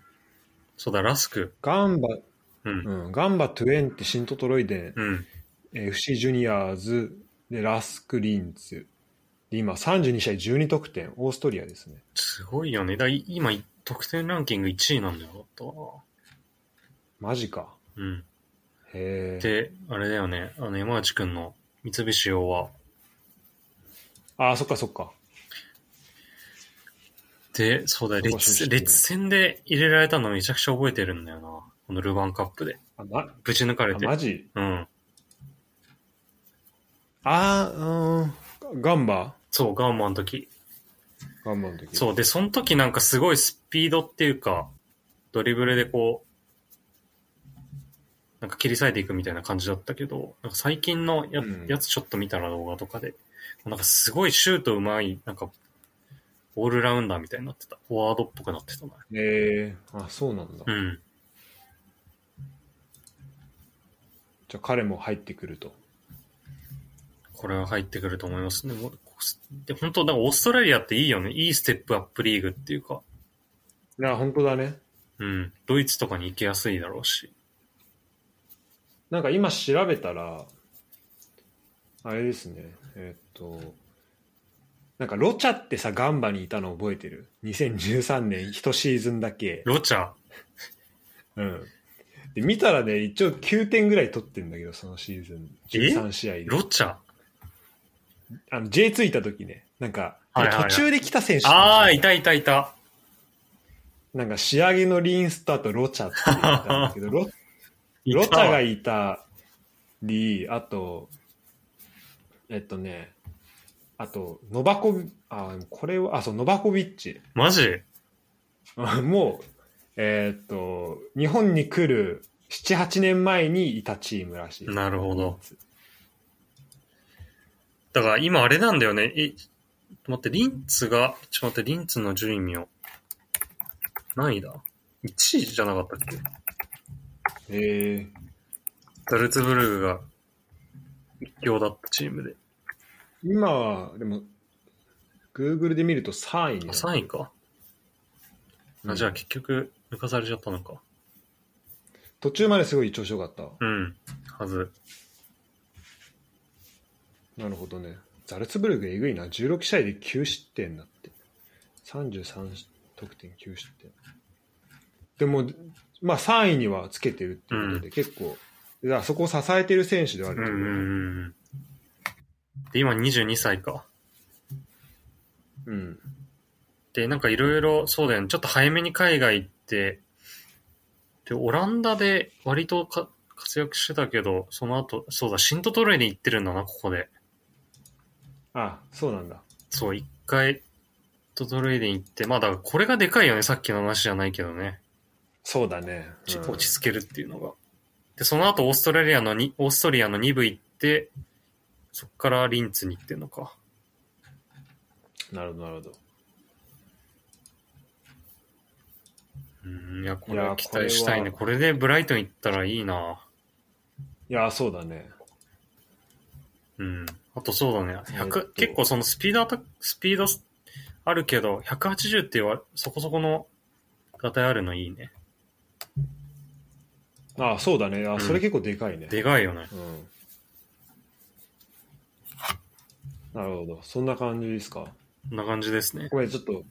そうだ、ラスク。ガンバ、うん。うん、ガンバ20、シントトロイデン、うん。えー FC ジュニアーズ、でラスク・リンツ。で今32試合12得点、オーストリアですね。すごいよね。だい今、得点ランキング1位なんだよ。だったわマジか。うん。へえ。で、あれだよね。あの、山内くんの三菱洋は。あー、そっかそっか。で、そうだよ。そうそうそ列う列戦で入れられたのめちゃくちゃ覚えてるんだよな。このルヴァンカップで。あ、ま、あぶち抜かれて。マジうん。あー、うーん。ガンバそう、ガンマンの時。ガンバの時。そう。で、その時なんかすごいスピードっていうか、ドリブルでこう、なんか切り裂いていくみたいな感じだったけど、なんか最近のや,、うんやつちょっと見たら動画とかで、なんかすごいシュートうまい、なんか、オールラウンダーみたいになってた。フォワードっぽくなってたな。えー、あ、そうなんだ。うん。じゃあ彼も入ってくると。これは入ってくると思いますね。もうで本当、なんかオーストラリアっていいよね。いいステップアップリーグっていうか、いや、本当だね。うん。ドイツとかに行きやすいだろうし。なんか今調べたら、あれですね、えーっと、なんかロチャってさ、ガンバにいたの覚えてる ?2013 年、一シーズンだけ。ロチャ、うん。で、見たらね、一応9点ぐらい取ってんだけど、そのシーズン。え13試合で。ロチャ。あの、J2 いた時ね、なんか、はいはいはい途中で来た選手ああ、いた。たいたいた。なんか仕上げのリーンスターとロチャって言ったんだけ ど、ロロチャがいたり、あと、えっとね、あと、ノバコビ、あ、これは、あ、そう、ノバコビッチ。 マジもう、えーっと、日本に来る7、8年前にいたチームらしい。なるほど。だから今あれなんだよね。え、ちょっと待って、リンツが、ちょっと待って、リンツの順位見よう。何位だ ?1 位じゃなかったっけえザルツブルグが一強だったチームで。ー、今は、でも、Google で見ると3位あ、ね。 3位か。うあ、んじゃあ結局抜かされちゃったのか。途中まですごい調子よかった。うん。はず。なるほどね。ザルツブルグえぐいな。16試合で9失点だって。33得点9失点。でも、まあ3位にはつけてるっていうことで、結構、だからそこを支えてる選手ではあうんるうけど、んうんうん。で、今22歳か。うん。で、なんかいろいろ、そうだよね。ちょっと早めに海外行って、で、オランダで割とか活躍してたけど、その後、そうだ、シントトレイに行ってるんだな、ここで。あ、そうなんだ。そう、一回、シントトレイに行って、まあだからこれがでかいよね、さっきの話じゃないけどね。そうだね。ちうん落ち着けるっていうのが。で、その後オーストラリアのに、オーストリアの2部行って、そっからリンツに行ってんのか。なるほど、なるほど。うん、いや、これいやは期待したいね。これでブライトン行ったらいいな。いや、そうだね。うん。あとそうだね。えっ100と結構そのスピードアタック、スピードあるけど、180っていうわそこそこのがたいあるのいいね。あ、そうだね。んあ、それ結構でかいね。でかいよね。うん。なるほど。そんな感じですか。こんな感じですね。ごめん、ちょっと、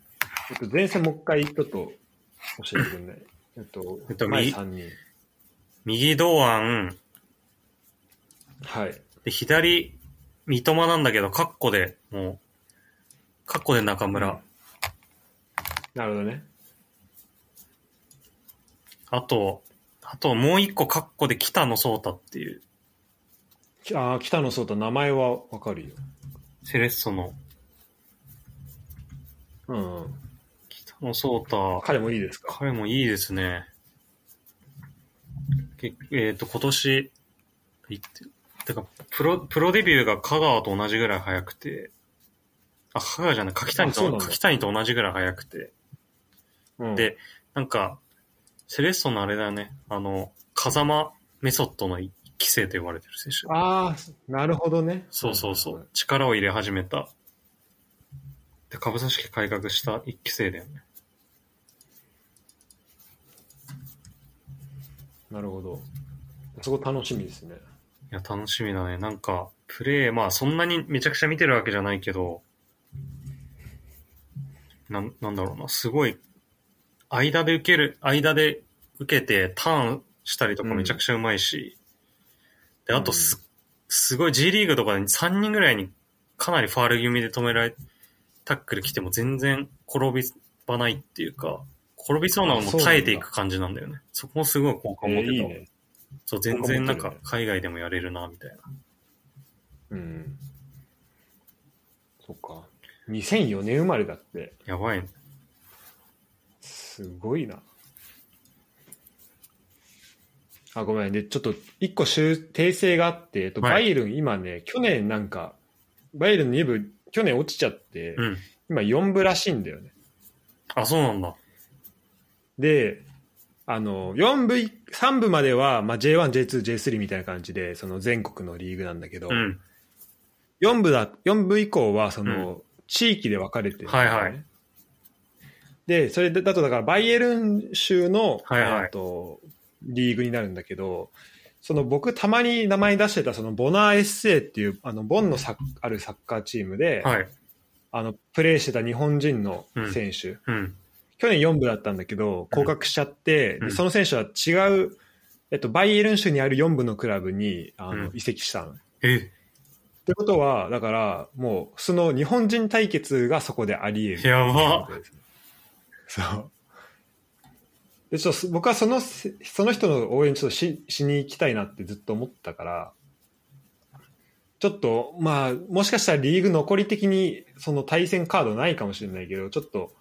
えっと前線もう一回、ちょっと、教えてく んない。えっと、えっと前右3人。右堂安、はい。で左、三笘なんだけど、カッコで、もう、カッコで中村。なるほどね。あと、あともう一個カッコで北野颯太っていう、きあー、北野颯太、名前はわかるよ。セレッソのうん、うん。北野颯太。彼もいいですか。彼もいいですね。けえっ、と、今年、いっててか、プロ、プロデビューが香川と同じぐらい早くて、あ、香川じゃない、柿谷あそうなと、んだ柿谷と同じぐらい早くて、うん。でなんか、セレッソのあれだよね、あの、風間メソッドの一期生と呼ばれてる選手。ああ、なるほどね。そうそうそう。。力を入れ始めた。で、株組織改革した一期生だよね。なるほど。そこ楽しみですね。いや、楽しみだね。なんか、プレイ、まあ、そんなにめちゃくちゃ見てるわけじゃないけど、なん、なんだろうな、すごい、間で受ける、間で受けて、ターンしたりとかうんめちゃくちゃうまいし、で、あとす、うすごい G リーグとかで3人ぐらいにかなりファール気味で止められ、タックル来ても全然転びばないっていうか、転びそうなのも耐えていく感じなんだよね。そこもすごい効果を持えってた。ーいいね。そう、全然なん僕かも持ってるね海外でもやれるな、みたいな。うん。そっか。2004年生まれだって、やばいね。すごいな。あ、ごめん。で、ちょっと、一個修訂正があって、えっと、はいバイエルン、今ね、去年なんか、バイエルン2部、去年落ちちゃって、うん。今4部らしいんだよね。あ、そうなんだ。で、あの、4部、3部までは、まあ、J1、J2、J3 みたいな感じで、その全国のリーグなんだけど、うん。 4部だ、四部以降は、その、地域で分かれてるんだよね、はいはいで、それでだとだから、バイエルン州の、はいはいえっと、リーグになるんだけど、その僕たまに名前出してた、その、ボナーエッセイっていう、あの、ボンのサッあるサッカーチームで、はい。あの、プレーしてた日本人の選手、うん。去年4部だったんだけど、降格しちゃって、うんでその選手は違う、えっと、バイエルン州にある4部のクラブに、あのう、ん移籍したの。え、ってことは、だから、もう、その日本人対決がそこであり得る。やば。そう。でちょっと僕はそのせその人の応援ちょっとししに行きたいなってずっと思ったから、ちょっと、まあ、もしかしたらリーグ残り的にその対戦カードないかもしれないけど、ちょっと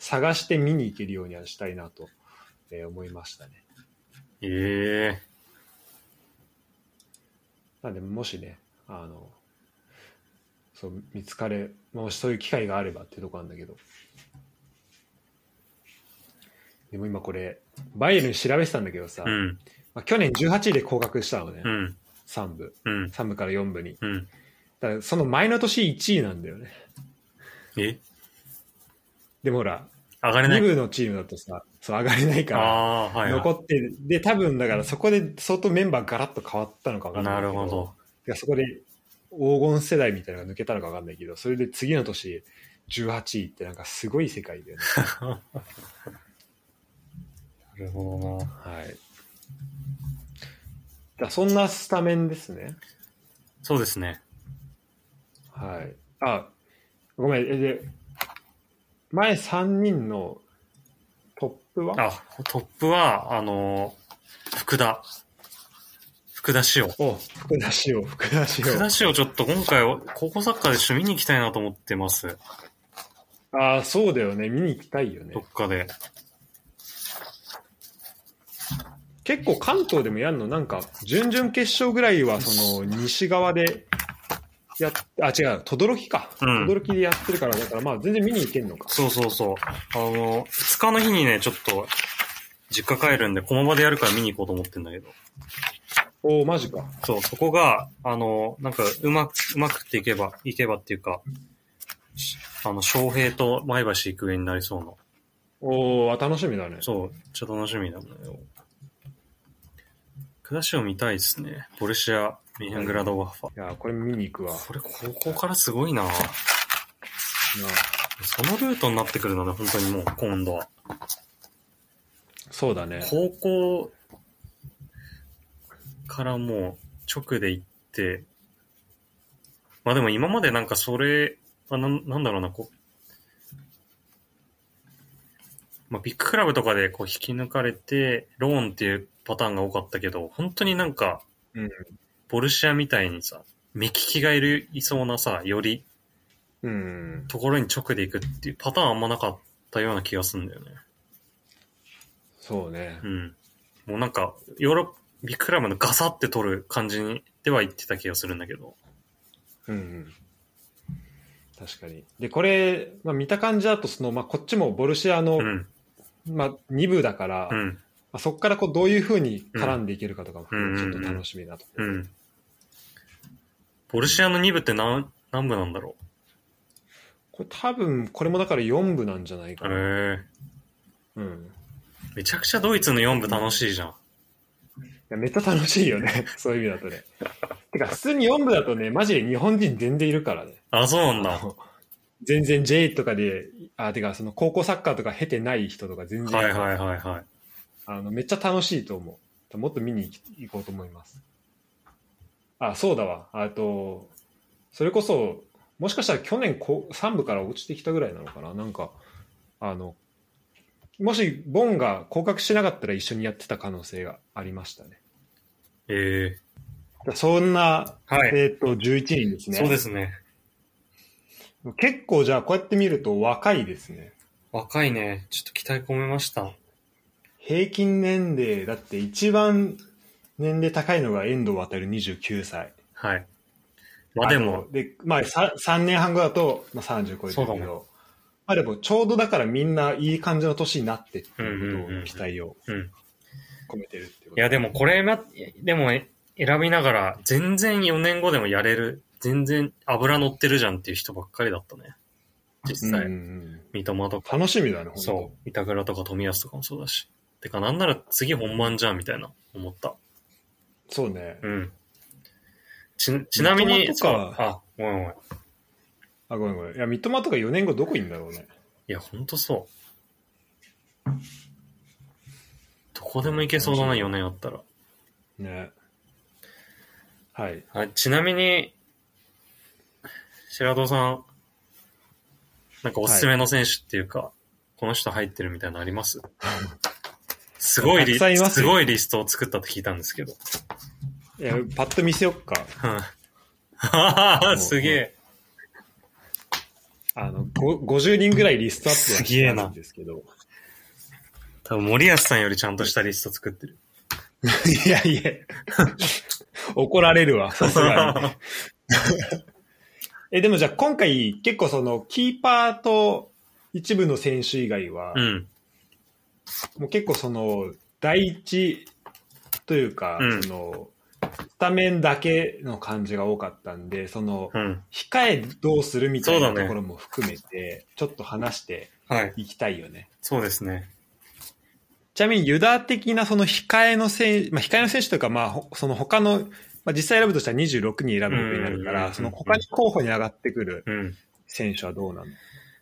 探して見に行けるようにはしたいなと、えー思いましたね。ええなんで、もしね、あの、そう、見つかれ、もしそういう機会があればっていうとこなんだけど。でも今これ、バイエルン調べてたんだけどさ、うん、まあ、去年18位で降格したのね、うん、 3部、うん、 3部から4部に。うん。だからその前の年1位なんだよね。えでもほら、上がれな2い部のチームだとさ、そう上がれないかああー、はら、い、残はってる、で、多分だからそこで相当メンバーガラッと変わったのか分かい。んないなけるほど。いやそこで黄金世代みたいなのが抜けたのか分かんないけどそれで次の年18位ってなんかすごい世界だよね、なるほどな。はい、だそんなスタメンですねそうですね。はいあごめんえで前3人のトップはあ、トップは、あのー福田。福田師お福田師を福田師福を田師をちょっと今回は、高校サッカーで趣味に行きたいなと思ってます。ああそうだよね見に行きたいよねどっかで。結構関東でもやるのなんか準々決勝ぐらいはその西側でやっあ違う轟か、うん轟でやってるからだからまあ全然見に行けんのかそうそうそう。あのー、2日の日にね、ちょっと、実家帰るんで、駒場でやるから見に行こうと思ってんだけど。おおマジかそう、そこが、あの、なんか、うまく、うまくっていけば、いけばっていうか、しあの、翔平と前橋行く上になりそうな。おお楽しみだねそう、ちょっと楽しみだもんよ。下しを見たいですね。ボルシア、ミヘングラドバッファ。いやーこれ見に行くわこれ、高校からすごいなそのルートになってくるのね、本当にもう、今度は。そうだね高校からもう直で行って、まあでも今までなんかそれはなんなんだろうな、こう、まあビッグクラブとかでこう引き抜かれて、ローンっていうパターンが多かったけど、本当になんか、うんボルシアみたいにさ、目利きがいる、いそうなさ、よりうんところに直で行くっていうパターンあんまなかったような気がするんだよね。そうねうん。もうなんか、ヨーロッパ、ビッグクラブのガサって取る感じにでは言ってた気がするんだけど。うん、うん、確かにでこれ、まあ、見た感じだとその、まあ、こっちもボルシアの、うん。まあ、2部だから、うまん。あ、そこからこうどういうふうに絡んでいけるかとかもうんちょっと楽しみだと、うん。ボルシアの2部って何、何部なんだろ。これ多分これもだから4部なんじゃないうかへな、え。うん、めちゃくちゃドイツの4部楽しいじゃん。いやめっちゃ楽しいよね そういう意味だとねてか普通に4部だとねマジで日本人全然いるからねあ、そうなんあだ。の全然 J とかであてかその高校サッカーとか経てない人とか全然、はいはいはいはい。あのめっちゃ楽しいと思うもっと見に行き行こうと思いますあそうだわあとそれこそもしかしたら去年こ3部から落ちてきたぐらいなのかななんかあのもしボンが降格しなかったら一緒にやってた可能性がありましたねえそんな、はいえっ、と、11人ですえね。そうですね。結構じゃあ、こうやって見ると若いですね。若いね。ちょっと期待込めました。平均年齢、だって一番年齢高いのが遠藤航29歳。はい。まあであも、の。で、まあさ3年半後だと、まあ、30超えてるそうけだねど、まあでもちょうどだからみんないい感じの年になってっていううんこうんうんとうんを期待をうん。込めてるってこと。いや、でもこれな、でもえ選びながら、全然4年後でもやれる、全然油乗ってるじゃんっていう人ばっかりだったね。実際、うんうん三笘とうか、ん、楽しみだね、本当そう、板倉とか富安とかもそうだし。てか、なんなら次本番じゃんみたいな、思った。そうね。うん。ち、ちな三みに、笘とかそうあ、ごめんごめん。あ、ごめんごめん。いや、三笘とか4年後どこいんだろうね。いや、ほんとそう。どこでも行けそうだな、4年あったら。ね。はい。あちなみに、白戸さん、なんかおすすめの選手っていうか、この人入ってるみたいなのありますすごいたリくさんいますよすごいリストを作ったって聞いたんですけど。 いや、パッと見せよっか。うんすげえ。あの、ご50人ぐらいリストアップはしてあるんですけど。多分森保さんよりちゃんとしたリスト作ってる。いやいや、怒られるわ、さすがに。え、でもじゃあ今回結構そのキーパーと一部の選手以外は、 うん。もう結構その第一というか、うんそのスタメンだけの感じが多かったんで、そのうん。控えどうするみたいそなうだとねころも含めて、ちょっと話してはい。いきたいよね。そうですね。ちなみにユダ的なその控えの選手、まあ、控えの選手というか、まあ、ほその他の、まあ、実際選ぶとしたら26人選ぶことになるかうんうんうんうら、んその他に候補に上がってくるうん。選手はどうなの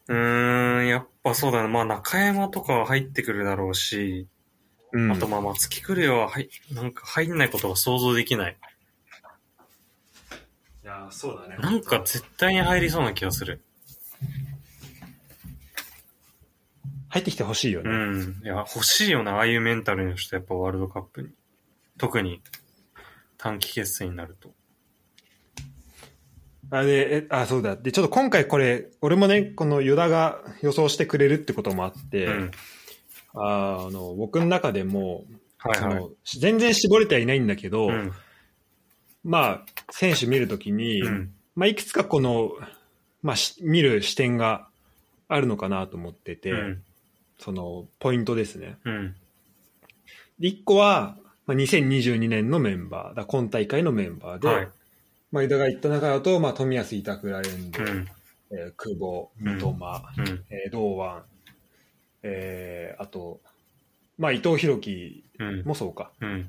うーん、やっぱそうだね。まあ中山とかは入ってくるだろうし、うんあとまあ松木来るよは入、なんか入んないことが想像できない。いや、そうだねなんか絶対に入りそうな気がする。入ってきてほしいようね。ん。いや、欲しいよな、ああいうメンタルの人、やっぱワールドカップに。特に短期決戦になると。あで、えあ、そうだ。で、ちょっと今回これ、俺もね、このユダが予想してくれるってこともあって、うん。ああの、僕の中でも、はいそはい。の全然絞れてはいないんだけど、うん。まあ、選手見るときに、うん。まあ、いくつかこの、まあ、し見る視点があるのかなと思ってて、うん。そのポイントですね。うん。で、1個は、まあ、2022年のメンバー、だから今大会のメンバーで、はい。まあ、井田が言った中だと、まあ、富安、板倉遠う藤、ん。えー久保、三笘、うん。えー堂安、えーあと、まあ、伊藤洋樹うん。もそうか。うん。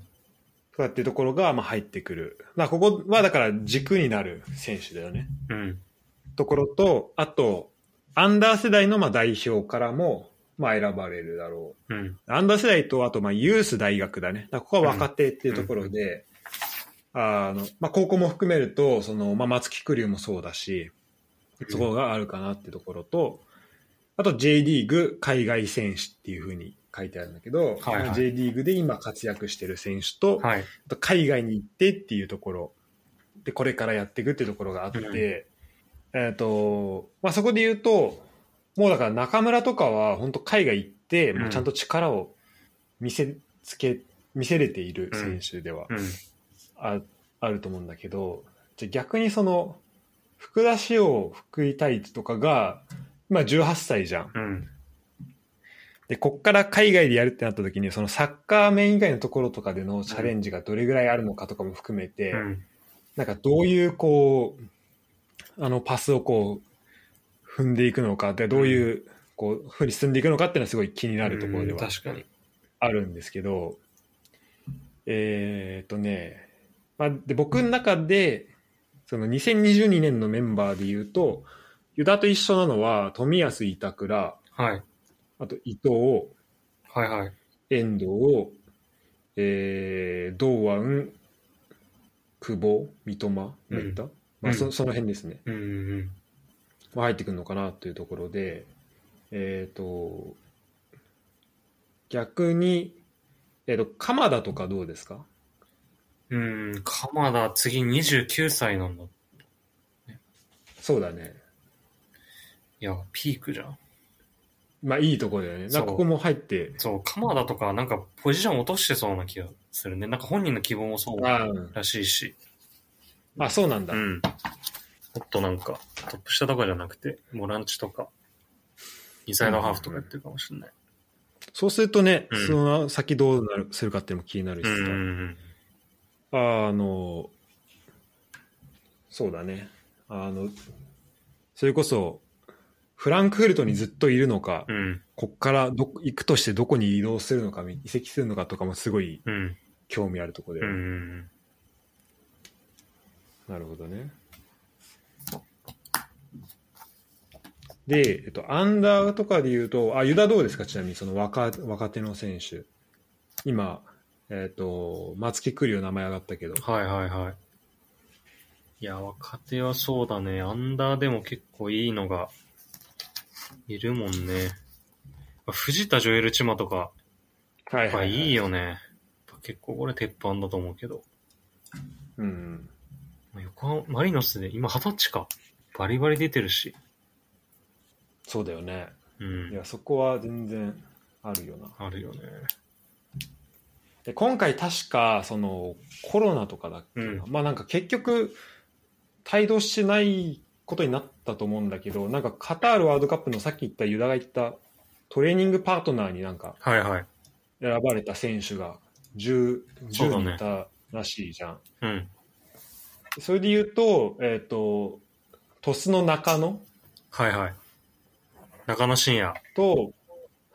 とかっていうところが、まあ、入ってくる。まあ、ここはだから軸になる選手だよね。うん。ところと、あと、アンダー世代のまあ代表からも、まあ選ばれるだろうん。う。アンダー世代と、あと、まあユース大学だね。だからここは若手っていうところで、あの、まあ高校も含めると、その、まあ松木玖生もそうだし、そこがあるかなってところと、あと J リーグ海外選手っていうふうに書いてあるんだけど、はいはいまあ J リーグで今活躍してる選手と、はい。あと海外に行ってっていうところでこれからやっていくっていうところがあって、うんえっ、と、まあ、そこで言うともうだから中村とかは本当海外行って、うんもうちゃんと力を見せつけ見せれている選手ではうん。あ,、あると思うんだけどじゃあ逆にその福田師王福井太一とかが今18歳じゃん。うん。で、こっから海外でやるってなった時に、そのサッカー面以外のところとかでのチャレンジがどれぐらいあるのかとかも含めて、うん。なんかどういうこう、あのパスをこう、踏んでいくのか、で、どういう、こう、ふうに進んでいくのかっていうのはすごい気になるところでうはん確かに。あるんですけど、えーっとね、まあ、で、僕の中で、その2022年のメンバーで言うと、ユダと一緒なのは、富安、板倉、はい。あと伊藤、はいはい。遠藤、えー、堂安、久保、三笘、うんめった、まあ、うそんその辺ですね、うんうん。まあ、入ってくるのかなというところで、えー、と逆に、えー、と鎌田とかどうですかうん、鎌田、次29歳なんだ。いそうだね、や、ピークじゃん。まあ、いいところだよね、なんそうかここも入って、そう、鎌田とか、なんかポジション落としてそうな気がするね。なんか本人の希望もそうあーらしいし。あ、そうなんだ、うん。もっとなんか、トップ下とかじゃなくて、ボランチとか、インサイドハーフとかやってるかもしれない。そうするとね、うんその先どうなるするかっていうのも気になるしうさ。んうんあの、そうだね。あの、それこそ、フランクフルトにずっといるのか、うん。うんこっからどこ行くとしてどこに移動するのか、移籍するのかとかもすごいうん。興味あるところうで、ん。なるほどね。で、えっと、アンダーとかで言うと、あ、ユダどうですかちなみに、その若、若手の選手。今、えっと、松木玖生名前上がったけど。はいはいはい。いや、若手はそうだね。アンダーでも結構いいのが、いるもんね。藤田ジョエルチマとか、はいやっぱはいいよ。よね。結構これ鉄板だと思うけど。うん。横浜、マリノスで、今二十歳か。バリバリ出てるし。そうだよね。ういん。や、そこは全然あるよな。あるよね。で今回確かそのコロナとかだっけな、うまあなんか結局帯同してないことになったと思うんだけどなんかカタールワールドカップのさっき言ったユダが言ったトレーニングパートナーになんかはいはい。選ばれた選手が 10, そうだ10ね人いたらしいじゃんそ,、うん。れで言うとえっ、と鳥栖の中野はいはい。中野真也。と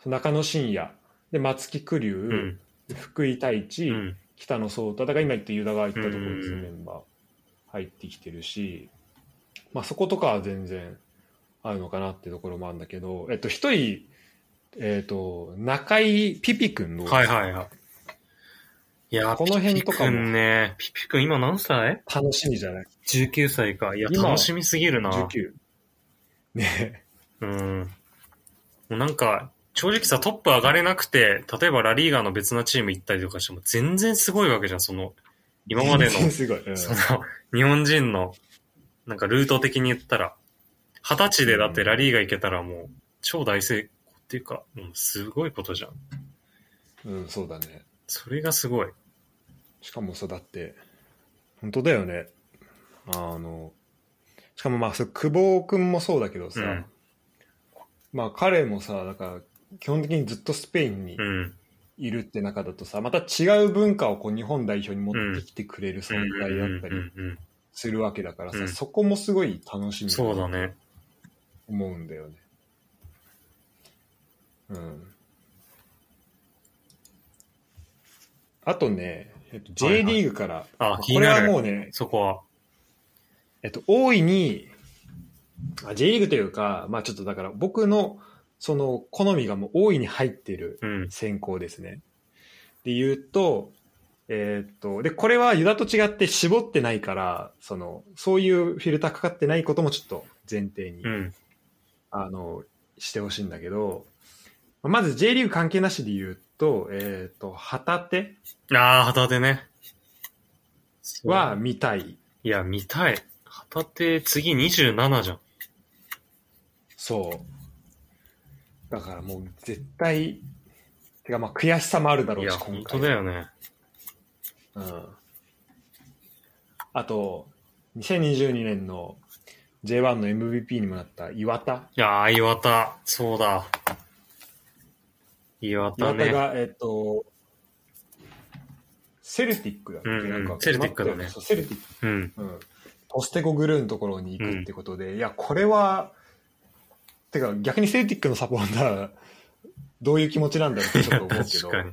中野真也で松木玖う生、ん。福井太一、うん。北野颯太だから今言ったユダが言ったところですねうんメンバー入ってきてるし、まあ、そことかは全然あるのかなってところもあるんだけど、えっと、一人、えっと、中井ピピ君のはいはいはい。いやー、この辺とかもピピ君ね。ピピ君今何歳楽しみじゃない ?19 歳か。いや、今楽しみすぎるな。 19ねうん。もうなんか、正直さ、トップ上がれなくて、例えばラリーガーの別なチーム行ったりとかしても全然すごいわけじゃん、その、今までの全然 すごい、うんその、日本人の、なんかルート的に言ったら、二十歳でだってラリーが行けたらもう、超大成功っていうか、うん、すごいことじゃん。うん、そうだねそれがすごい。しかもさだって本当だよねあのしかもまあそう久保君もそうだけどさ、うんまあ彼もさだから基本的にずっとスペインにうん。いるって中だとさまた違う文化をこう日本代表に持ってきてくれる存在だったうんりうんうんするわけだからさ、うんそこもすごい楽しみそうだとね。思うんだよね。うん、あとね、えっと、はい J はいリーグから、あ、気こにれなはる。もうね、そこは。えっと、大いにあ J リーグというか、まあ、ちょっとだから僕のその好みがもう大いに入ってるうん。選考ですね。で言うと、えーっと、で、これはユダと違って絞ってないから、その、そういうフィルターかかってないこともちょっと前提に、うん。あの、してほしいんだけど、まず J リーグ関係なしで言うと、えーっと、旗手ああ、旗手ね。は、見たい。いや、見たい。旗手、次27じゃん。そう。だからもう絶対、てかまあ悔しさもあるだろいうや、し、本当だよね。うんあと、2022年の J1 の MVP にもなった岩田。いやー、岩田、そうだ。岩田岩ね。田が、えっと、セルティックだっけ、うんうんなんかセルティックだねそうセルティッうん。ク。うん。ポステコグルーのところに行くってことで、いや、これは、てか逆にセルティックのサポーター、どういう気持ちなんだろうってちょっと思うけ 確どか。に。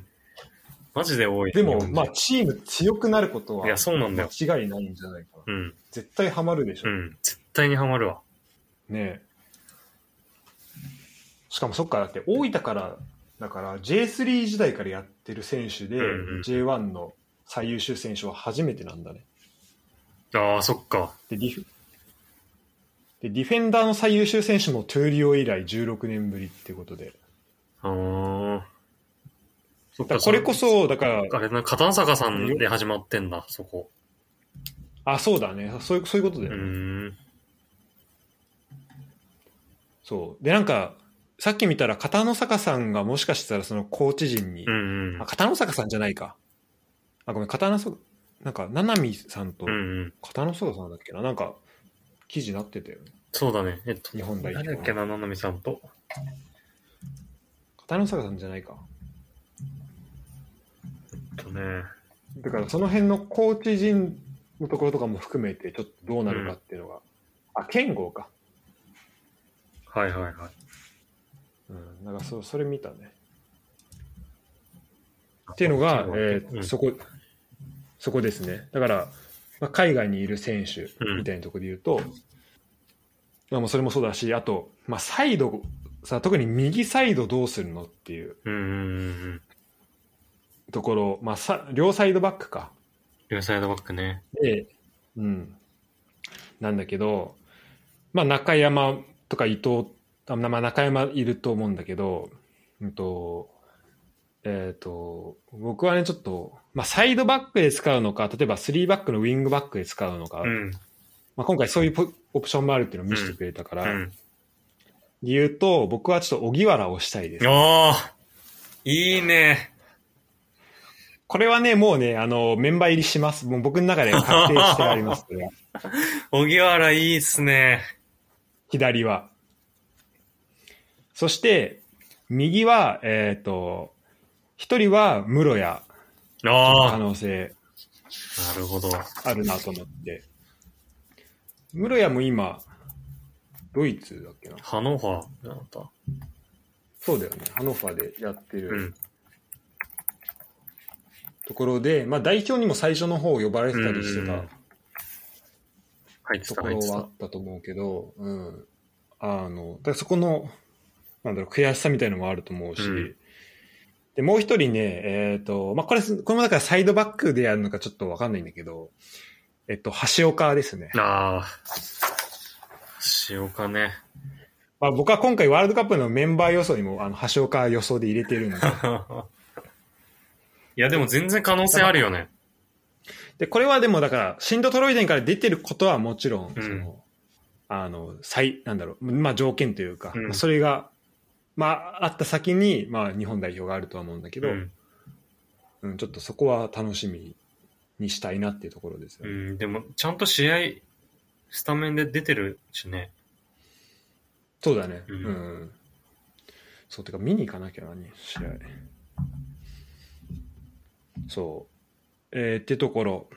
マジで多い。で日も、本人まあ、チーム強くなることはいや、そうなんだよ。間違いないんじゃないかな。うん。絶対ハマるでしょ。うん。絶対にハマるわ。ねえしかもそっかだって大分からだから J3 時代からやってる選手でうんうん J1 の最優秀選手は初めてなんだねああ、そっか。でディフでディフェンダーの最優秀選手もトゥーリオ以来16年ぶりってことであーそっだかからこれこ、そだからあれな、片坂さんで始まってんだ、そこ。あそうだねそういうそういうことだうよね、ーん。そうでなんかさっき見たら片野坂さんがもしかしたらそのコーチ陣に、うんうんあ。片野坂さんじゃないかあごめん片野坂なんか七海さんと、うんうん。片野坂さんだっけななんか記事になってたよねそうだね。えっと、日本代誰表だっけな、ななみさんと。片野坂さんじゃないかえっとね。だからその辺のコーチ陣のところとかも含めてちょっとどうなるかっていうのが、あ剣豪かはいはいはい。うんなんかそそれ見たねっていうのが、えーうんそこそこですねだから、まあ、海外にいる選手みたいなところで言うと、まあもうそれもそうだしあと、まあ、サイドさ特に右サイドどうするのっていううんうんうんうん。ところ、まあ、さ両サイドバックか両サイドバックね。で、うん、なんだけど、まあ、中山とか伊藤、あまあ、中山いると思うんだけど、うんとえっ、と、僕はね、ちょっと、まあ、サイドバックで使うのか、例えば3バックのウィングバックで使うのか、うん。まあ、今回そういうポオプションもあるっていうのを見せてくれたかうら、ん。理由と、僕はちょっと荻原をしたいです。おーいいね。これはね、もうね、あの、メンバー入りします。もう僕の中で確定してあります、これは小木原いいっすね。左は。そして、右は、えっ、と、一人は室屋の可ああ。能性なるほど。あるなと思って。室屋も今、ドイツだっけなハノーファーだった。そうだよね。ハノーファーでやってうるん。ところで、まあ代表にも最初の方呼ばれてたりしてうんうんたうん入ってとた、こ入ろってはあたっ。たと思うけど、うん。あの、だからそこの、なんだろう、悔しさみたいのもあると思うし、うんで、もう一人ね、えっ、と、まあこれ、これもだからサイドバックでやるのかちょっとわかんないんだけど、えっと、橋岡ですね。ああ。塩かね。 まあ僕は今回ワールドカップのメンバー予想にも、あの、橋岡予想で入れてるんで、いや、でも全然可能性あるよね。で、これはでもだから、シンドトロイデンから出てることはもちろん、うんその、あの、最、なんだろう、まあ条件というか、うんまあそれが、まああった先に、まあ日本代表があるとは思うんだけうど、うんん。ちょっとそこは楽しみにしたいなっていうところですようね。ん、でも、ちゃんと試合、スタメンで出てるしね。そうだね。ううんん。そう、てか見に行かなきゃな、試合。そう。えーってところ。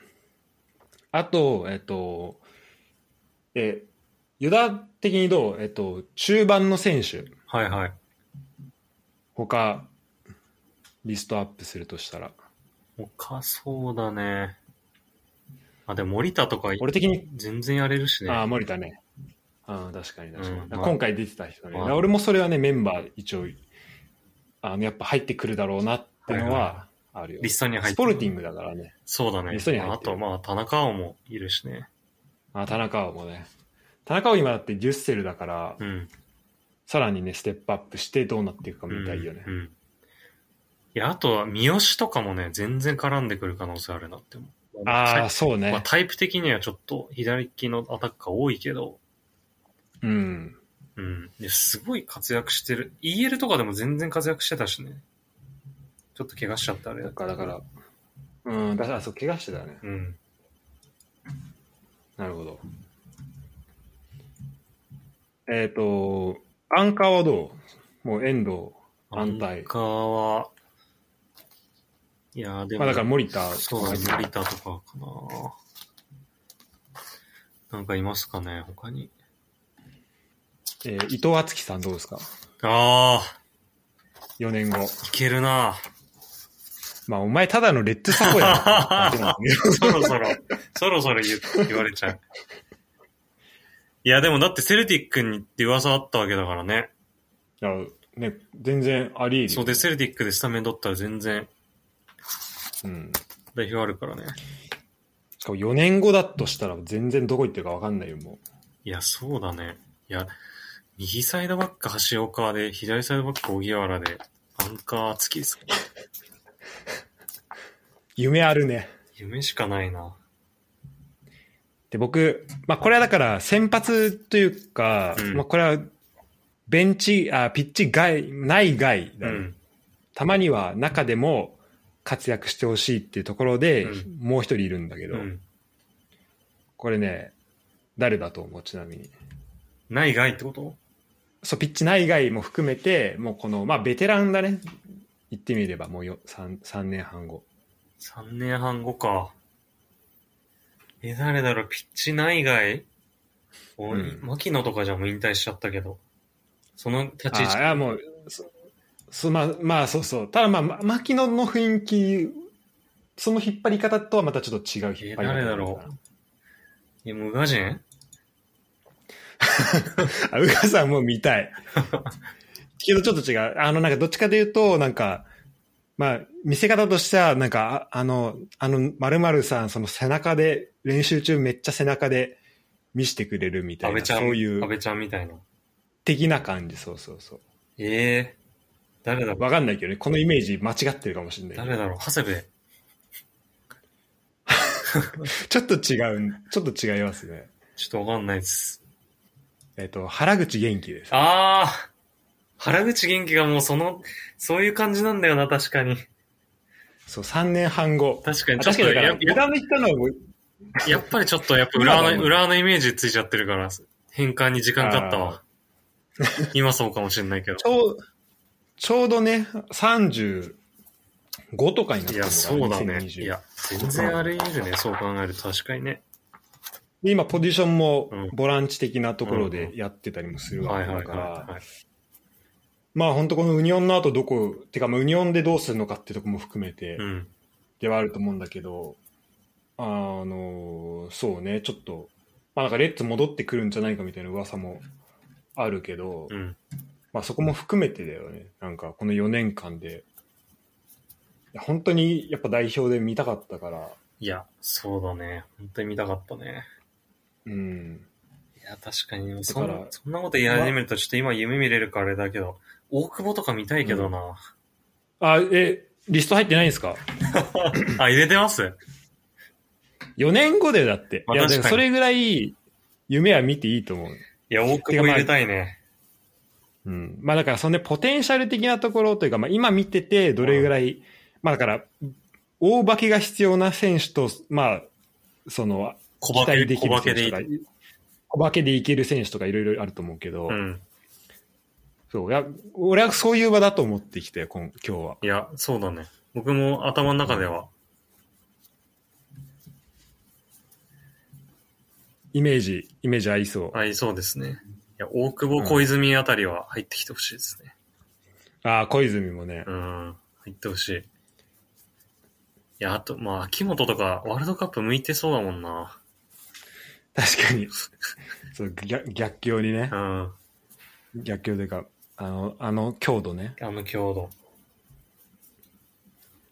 あと、えっ、と、えー、ユダ的にどうえっ、と、中盤の選手、はいはい。他、リストアップするとしたら。他そうだね。あ、でも森田とか俺的に、全然やれるしね。ああ、森田ね。ああ、確かに確かに。うんだから今回出てた人ね。まあだから俺もそれはね、メンバー一応、あの、やっぱ入ってくるだろうなってのはあるよねリストに入スってポるルティングだからね。そうだねリストに。入あってると、まあ、田中碧もいるしね。あ、田中碧もね。田中碧今だってデュッセルだから、うん。さらにね、ステップアップしてどうなっていくか見たいよね。うん。うんいや、あとは、三好とかもね、全然絡んでくる可能性あるなって思う。ああ、さそうまあ、ね。タイプ的にはちょっと左利きのアタッカー多いけど、うん。うん。ですごい活躍してる。EL とかでも全然活躍してたしね。ちょっと怪我しちゃったあれだだから、だから、うん、だから、そう、怪我してたね。うん。なるほど。えっ、と、アンカーはどうもう遠藤、安アン泰。カーは、いやーでも、まあだから森田、そうだね、成田とかかな。なんかいますかね、他に。えー伊藤敦樹さんどうですかああ、 ?4 年後。いけるな。まあお前ただのレッドサコ やなって感じなんだけどそろそろ、そろそろ言う言われちゃう。いや、でもだってセルティックにって噂あったわけだからね。いや、ね、全然ありえるよそうで、セルティックでスタメン取ったら全然うん。代表あるからね。しかも4年後だとしたら全然どこ行ってるか分かんないよ、もいや、そうだね。いや、右サイドバック橋岡で、左サイドバック小木原で、アンカー付きですかう。夢あるね。夢しかないな。で、僕、まあこれはだから先発というか、うんまあこれはベンチ、あ、ピッチ外、内外うだね、ん。たまには中でも活躍してほしいっていうところで、うんもう一人いるんだけど、うん。これね、誰だと思う、ちなみに。内外ってことそう、ピッチ内外も含めて、もうこの、まあベテランだね。言ってみればもうよ 3, 3年半後。 ?3 年半後か。え、誰だろう、ピッチ内外おい、うん牧野とかじゃもう引退しちゃったけど。その立ち位置。ああ、もう、そそまあ、まあ、そうそう。ただ、まあ、ま牧野の雰囲気、その引っ張り方とはまたちょっと違う引え、っ張り方。誰だろう。え、無我人あ、うかさんも見た い。けどちょっと違う。あの、なんかどっちかで言うと、なんか、まあ、見せ方としては、なんか、ああの、あの、まるまるさん、その背中で、練習中めっちゃ背中で見せてくれるみた安い倍な、ちゃん。そうい安う倍ちゃんみたいな。的な感じ、そうそうそう。ええ誰だろうわかんないけどね、このイメージ間違ってるかもしれないけど。誰だろう長谷部。ちょっと違う、ちょっと違いますね。ちょっとわかんないです。えっ、と、原口元気です。ああ原口元気がもうその、そういう感じなんだよな、確かに。そう、3年半後。確かあに、ちょっ確とかに、だかやら、枝の言ったのはもう、ややっぱりちょっと、やっぱ今裏だもの、ん裏のイメージついちゃってるから、変換に時間かかったわ。 今そうかもしれないけ ど。ちょう、ちょうどね、35とかになってるいのや、がそうだね。 2020いや、全然あり得るね、そう考えると確かにね。で今、ポジションもうんボランチ的なところうんでやってたりもするわはけいはだいかはいら、はい。まあ本当このウニオンの後どこ、てかまあウニオンでどうするのかってとこも含めてうん。ではあると思うんだけど、あの、そうね、ちょっと、まあなんかレッツ戻ってくるんじゃないかみたいな噂もあるけど、うん。まあそこも含めてだよね。なんかこの4年間で。いや本当にやっぱ代表で見たかったから、いや、そうだね。本当に見たかったね。うん。いや、確かに、そんだかならそんなこと言い始めると、ちょっと今夢見れるからあれだけど、大久保とか見たいけどな。あ、え、リスト入ってないんですかあ、入れてます ?4 年後でだって。まあいや、で確もかにそれぐらい夢は見ていいと思う。いや、大久保入れたいね。うん。まあだからそんでポテンシャル的なところというか、まあ今見ててどれぐらい、まあだから、大化けが必要な選手と、まあ、その、小期化け待で、でき小る化選けで手いいと。か、小化けでいける選手とかいろいろあると思うけど、うん。そう。いや、俺はそういう場だと思ってきたよ、今今日は。いや、そうだね。僕も頭の中では、イメージ、イメージ合いそう。合いそうですね。いや、大久保小泉あたりは入ってきてほしいですね。ああ、小泉もねう。ん、入ってほしい。いや、あと、まあ、秋元とか、ワールドカップ向いてそうだもんな。確 かに。そう逆逆境にねう。ん。逆境というか、あの、あの強度ね。あの強度。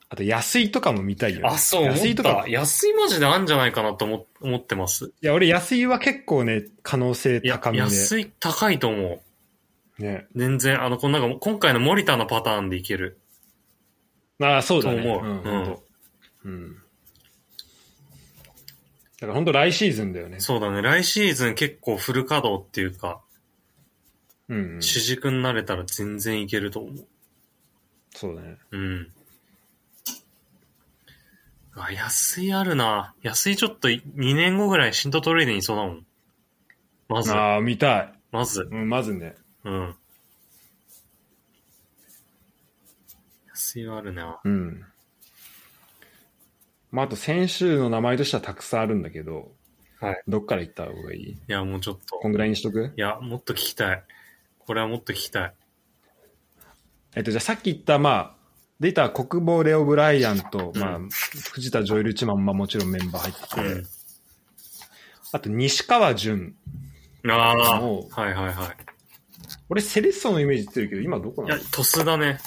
あと、安井とかも見たいよ、ね。あ、そう思安井っとかた。。安いマジであんじゃないかなと思思ってます。いや、俺、安井は結構ね、可能性いや高、めで。安い、高いと思う。ね。全然、あの、このなんか、今回の森田のパターンでいける。ああ、そうだね。、と思うんうん本当うん。だから本当来シーズンだよね。そうだね。来シーズン結構フル稼働っていうか、うん、うん。主軸になれたら全然いけると思う。そうだね。うん。あ、安いあるな。安いちょっとい2年後ぐらい新トトレーデンいそうだもん。まず、ああ、見たい。まず。うん、まずね。うん。安いはあるな。うん。まあ、あと先週の名前としてはたくさんあるんだけど、はい。どっから行った方がいいいや、もうちょっとこ。んぐらいにしとくいや、もっと聞きたい。これはもっと聞きたい。えっと、じゃあさっき言った、まあ、出た国防レオ・ブライアンと、うんまあ、藤田ジョエル・チマン、まあもちろんメンバー入ってて、うん。あと西川淳。ああ、もうはいはいは俺、セレッソのイメージついてるけど、今どこい。いなやの、トスだね。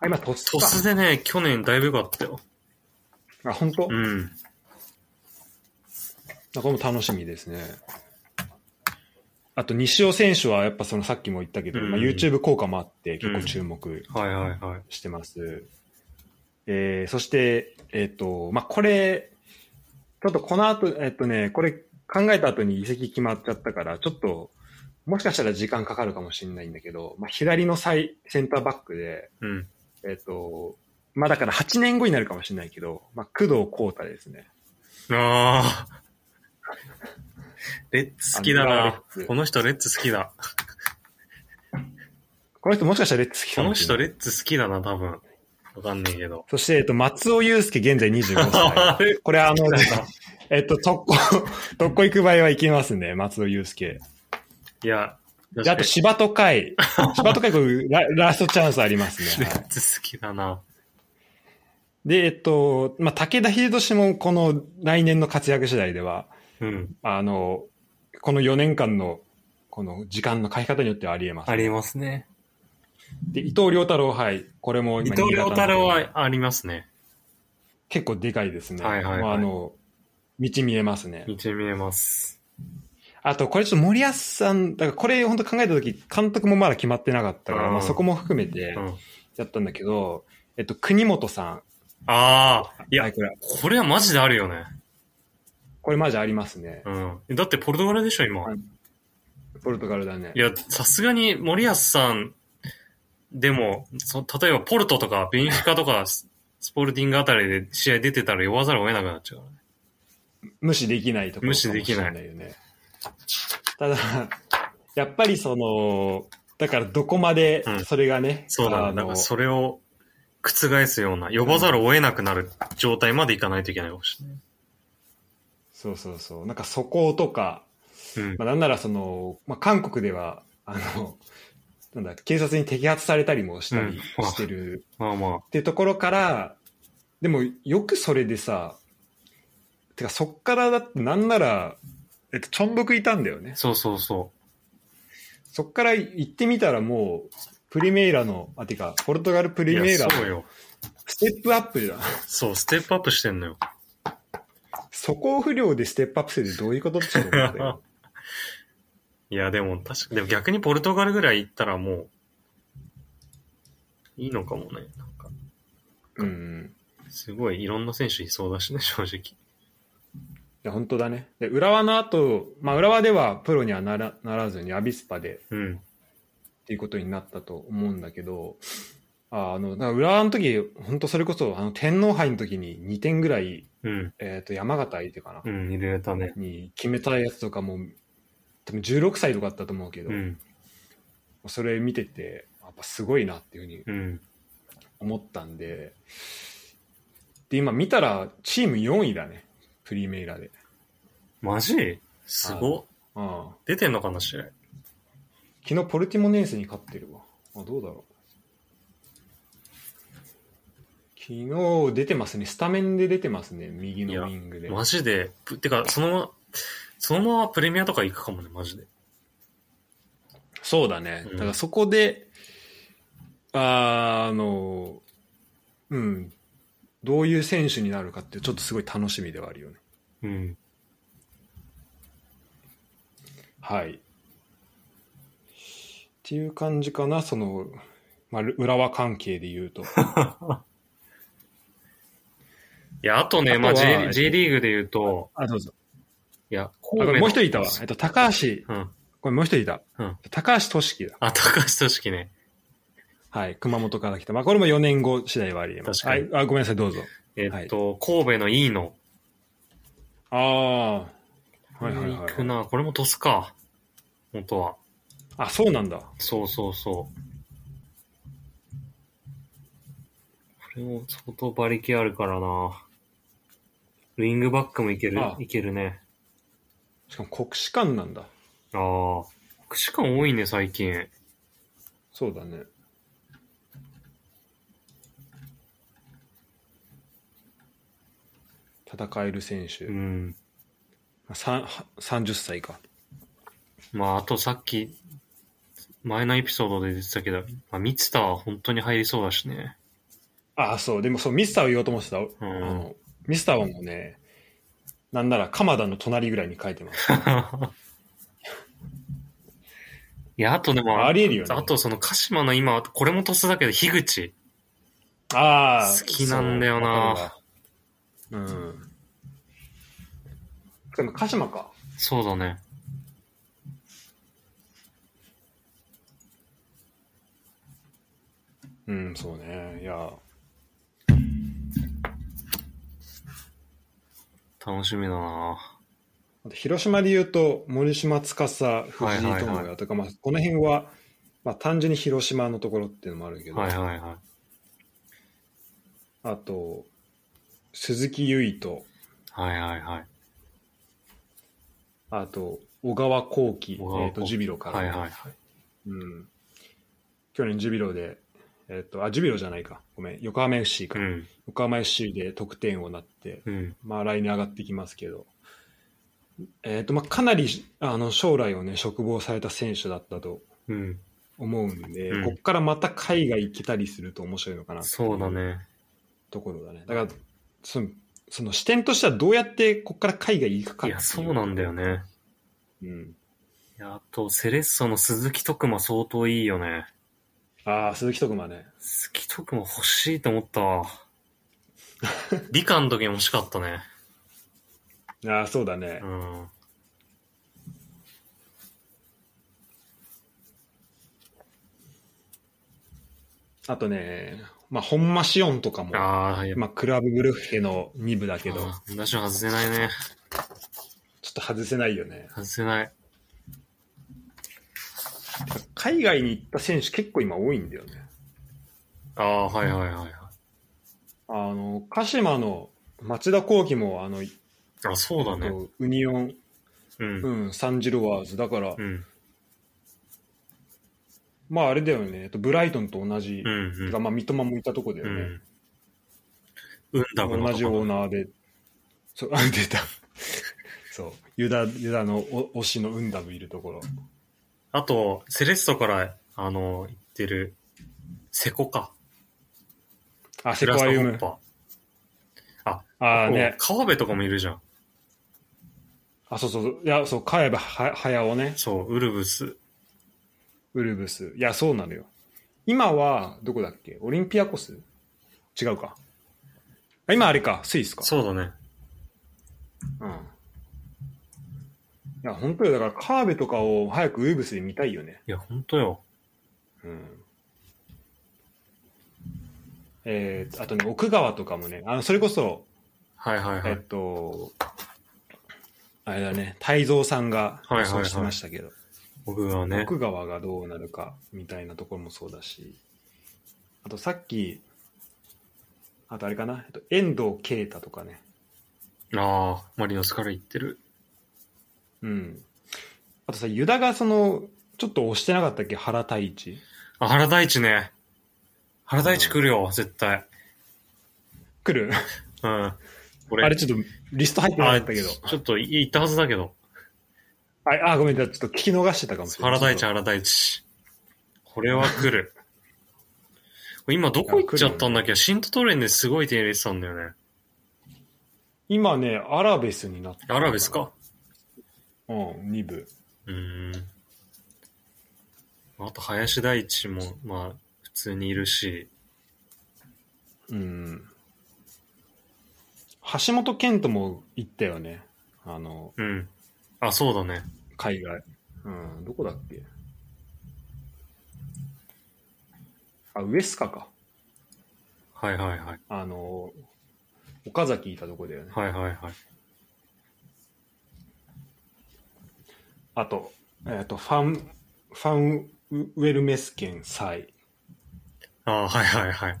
あ、今、トストスでね、去年だいぶ良かったよ。か。あ、本当、うなんん。かこれも楽しみですね。あと、西尾選手は、やっぱそのさっきも言ったけど、うんまあ、YouTube 効果もあって、結構注目。はいはいはい。してます。えー、そして、えっ、と、まあ、これ、ちょっとこの後、えっ、とね、これ考えた後に移籍決まっちゃったから、ちょっと、もしかしたら時間かかるかもしれないんだけど、まあ、左のサイ、センターバックで、うん。えっ、と、まあ、だから8年後になるかもしれないけど、まあ、工藤幸太ですね。ああ。レッツ好きだあの浦和レなッズ。この人レッツ好きだ。この人もしかしたらレッツ好きこかのもし人れない。レッツ好きだな、多分。わかんねえけど。そして、えっ、と、松尾祐介、現在25 あ歳。れこれあの、えっと、特攻、特攻行く場合は行きますね、松尾祐介。 いや、であと、確芝と海。芝と海、これラ、ラストチャンスありますかにね。レはッいツ好きだな。で、えっと、まあ、武田秀俊も、この来年の活躍次第では、うん。あの、この4年間の、この時間の書き方によってはあり得ます。ありますね。で、伊藤良太郎はい、これも伊今藤良新太郎潟のはありますね。結構でかいですね。はいはいはいもうあの、道見えますね。道見えます。あと、これちょっと森保さん、だからこれ本当考えた時、監督もまだ決まってなかったから、うんまあそこも含めてうん。やったんだけど、えっと、国本さああ、ん。いやは、これ、これはマジであるよね。これマジありますね。うん。だってポルトガルでしょ、今はい。ポルトガルだねい。や、さすがに森保さん、でも、そ例えばポルトとかベンフィカとかススポルティングあたりで試合出てたら呼ばざるを得なくなっちゃうからね。無視できないところ無視できないかもしれよね。ただ、やっぱりその、だからどこまでうんそれがね、そうあだね。のなんかそれを覆すような、呼ばざるを得なくなる状態までいかないといけないかもしそうそうそう。なんかそことか、れない。うん。まあ、なんならその、まあ、韓国では、あの、なんだ、警察に摘発されたりもしたりうんしてるまあまっていうところから、でもよくそれでさ、てかそっからだってなんなら、えっと、チョンドクいたんだよねあ、。そうそうそそっから行ってみたらもう、プリメイラの、あ、てか、ポルトガルプう。いリメイや、ラそうのよ。ステップアップじゃん。そう、ステップアップしてんのよ。そこ不良でステップアップするってどういうことって思った よ。いや、でも確か、でも逆にポルトガルぐらい行ったらもう、いいのかもね。なんか、うん。すごいいろんな選手いそうだしね、正直。いや、本当だね。で、浦和の後、まあ、浦和ではプロにはならならずに、アビスパでうん。っていうことになったと思うんだけど、ああの、だから浦和の時、本当それこそ、あの、天皇杯の時に2点ぐらい、うん。えっ、と、山形相手かな、うん、入れたね。に決めたやつとかも、多分16歳とかだったと思うけど、うん。それ見てて、やっぱすごいなっていうふうにうん。思ったんで、で、今見たら、チーム4位だね。プリメイラで。マジすごっ。ああ出てんのかな、試合。昨日ポルティモネースに勝ってるわ。あ、どうだろう。昨日出てますね。スタメンで出てますね。右いやのウィングで。マジで。ぷてか、そのまま、そのままプレミアとか行くかもね、マジで。そうだね。うんだからそこで、あーあの、うん。どういう選手になるかって、ちょっとすごい楽しみではあるよね。うん。はい。っていう感じかな、その、まあ、浦和関係で言う と。いや、あとね、あとまはあ J、J リーグで言うと、あ、どうぞ。いや、あ神戸のもう一人いたわ。えっと、高橋、うん。これもう一人いた。うん高橋俊樹だ。あ、高橋俊樹ね。はい、熊本から来た。まあ、これも4年後次第はあり得ます。は確い、あ、ごめんなさい、どうぞ。えっと、神戸の飯野。ああ、はこいれはいはい、行くな。これも鳥栖か。元は。あ、そうなんだ。そうそうそう。これも相当馬力あるからな。ウィングバックもいけるあ、あいけるね。しかも国士舘なんだ。ああ。国士館多いね、最近。そうだね。戦える選手、うん。さんは30歳か。まあ、あとさっき、前のエピソードで出てたけど、まあ、ミツタは本当に入りそうだしね。 ああ、そう、でもそう、ミスターを言おうと思ってた。あのミスターはもうね、なんなら鎌田の隣ぐらいに書いてます。いや、あとでも、ありえるよねあとその鹿島の今、これも鳥栖だけど、樋口。ああ。好きなんだよなそう。わかるわうん。でも、鹿島か。そうだね。うん、そうね。いや、楽しみだなあと広島で言うと、森島司、藤井はいはい智は也とか、まあ、この辺は、まあ、単純に広島のところっていうのもあるけど、はいはいはあと、鈴木唯衣と、い。はいはいはい。あと、小川幸輝、え小川ーと、幸輝ジュビロから、はいはいはい。うん。去年ジュビロで、えっ、と、あ、ジュビロじゃないか。ごめん。横浜 FC か。うん。横浜 FC で得点をなって、うん。まあ来年上がってきますけど、えっ、と、まあかなり、あの、将来をね、嘱望された選手だったとうん。思うんで、うんこっからまた海外行けたりすると面白いのかなっていそうだね。ところだね。だから、その、その視点としてはどうやってこっから海外行くかいっていうや、そうなんだよね。うん。いやあと、セレッソの鈴木徳馬相当いいよね。ああ、鈴木徳馬ね。鈴木徳馬欲しいと思った わ。理科の時に欲しかったね。ああ、そうだねう。ん。あとね、まあ、本間シオンとかも、ああ、やっまあ、クラブブルッフェの2部だけぱ、ど、ちょ私は外せないね。っと外せないよね。外せない。海外に行った選手結構今多いんだよね。ああ、はいはいはいはい。あの、鹿島の町田幸輝も、あの、あ、そうだね。ウニオン、う。うんん、サンジロワーズ。だから、うん。まああれだよね、えっとブライトンと同じ、うん。うてんか。まあ三笘もいたとこだようね。ん。うんだこの同じオーナーで、そう、あ、出た。 そう、ユダ、ユダのお推しのウンダブいるところ。あと、セレッソから、あの、言ってる、セコか。あ、セコアユム。ホッパあーあね。川辺とかもいるじゃん。あ、そうそうそう。いや、そう、カエバ、は、はやおね。そう、ウルブス。ウルブス。いや、そうなのよ。今は、どこだっけオリンピアコス違うか。あ今あれか、スイスか。そうだね。うん。いや、本当よ。だから、カーベとかを早くウルブスで見たいよね。いや、ほんとよ。うん。えー、あとね、奥川とかもね、あの、それこそ、はいはいはえっい。と、あれだね、泰造さんがはいはいは予い想してましたけど、僕はね。奥川がどうなるかみたいなところもそうだし、あとさっき、あとあれかな、えっと、遠藤啓太とかね、ああ、マリノスから言ってる。うん。あとさ、ユダがその、ちょっと押してなかったっけ、原太一。あ、原大地ね。原大地来るよ、絶対。来るうん。俺、あれちょっとリスト入ってなかったけど。あちょっと言ったはずだけど。あ、あごめん、じゃあちょっと聞き逃してたかもしれな原い。大地、原大地。これは 来る。今どこ行っちゃったんだっけシントトレンですごい手入れてたんだよね。今ね、アラベスになった。アラベスかうん、2部。うーん。あと、林大地も、まあ、普通にいるし、うん。橋本健人も行ったよね。あの、うん。あ、そうだね。海外。うん、どこだっけあ、ウエスカか。はいはいはい。あの、岡崎いたとこだよね。はいはいはい。あと、えっ、と、ファン、ファンウェルメスケンサイ。あはいはいはい。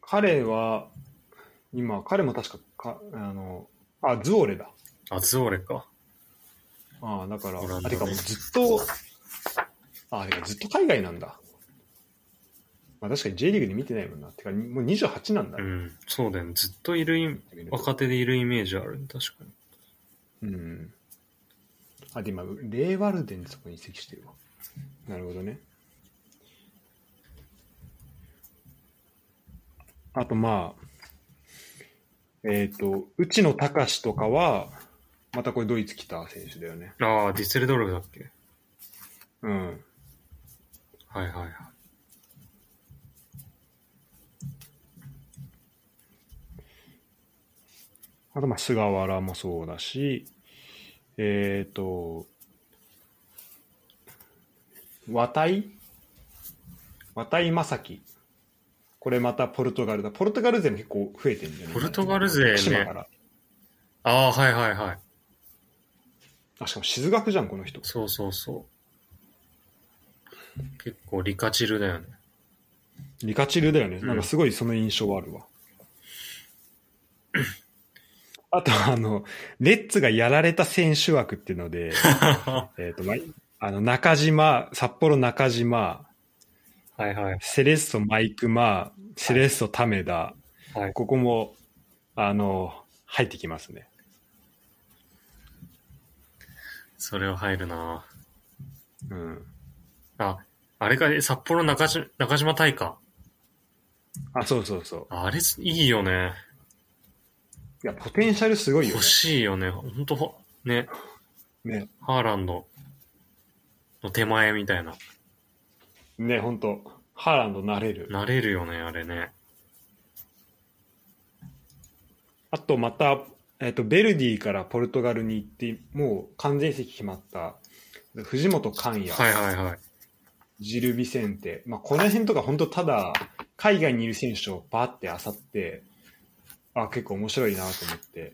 彼は、今、彼も確かか、あの、あ、ズオレだ。あ、ズオレか。ああ、だから、オランダあ、てかもうねずっと、あ、てかずっと海外なんだ。まあ確かに J リーグで見てないもんな。てか、もう28なんだう。ん。そうだよね。ずっといるイメ、若手でいるイメージあるね。確かに。うん。あ、で、今、レイワルデンってとこに移籍してるわ。なるほどね。あと、まあ、えっ、と、内野隆とかは、またこれドイツ来た選手だよね。ああ、ディッセルドルフだっけうん。はいはいはい。あと、まあ、菅原もそうだし、えっ、と、渡井渡井正樹。これまたポルトガルだ。ポルトガル勢も結構増えてるんだよね。ポルトガル勢ね徳島から。ああ、はいはいはい。あ、しかも静学じゃん、この人。そうそうそう。結構リカチルだよね。リカチルだよね。うんなんかすごいその印象はあるわ。あと、あの、レッツがやられた選手枠っていうの で、 はえっと、まあの、中島、札幌中島、いはい。セレッソマイクマー、セレッソタメダ、はいここも、あの、入ってきますね。それは入るなうん。あ、あれか、札幌中島中島大か。あ、そうそうそう。あれ、いいよね。いや、ポテンシャルすごいよ欲ね。しいよね。ほんと、ね。ね、ハーランドの手前みたいな。ね、本当ハーランドなれる。なれるよね、あれね。あとまた、えっと、ベルディからポルトガルに行って、もう完全席決まった、藤本寛也、はいはいはい。ジル・ビセンテ、まあ、この辺とか本当ただ、海外にいる選手をバーって漁って、あ、結構面白いなと思って、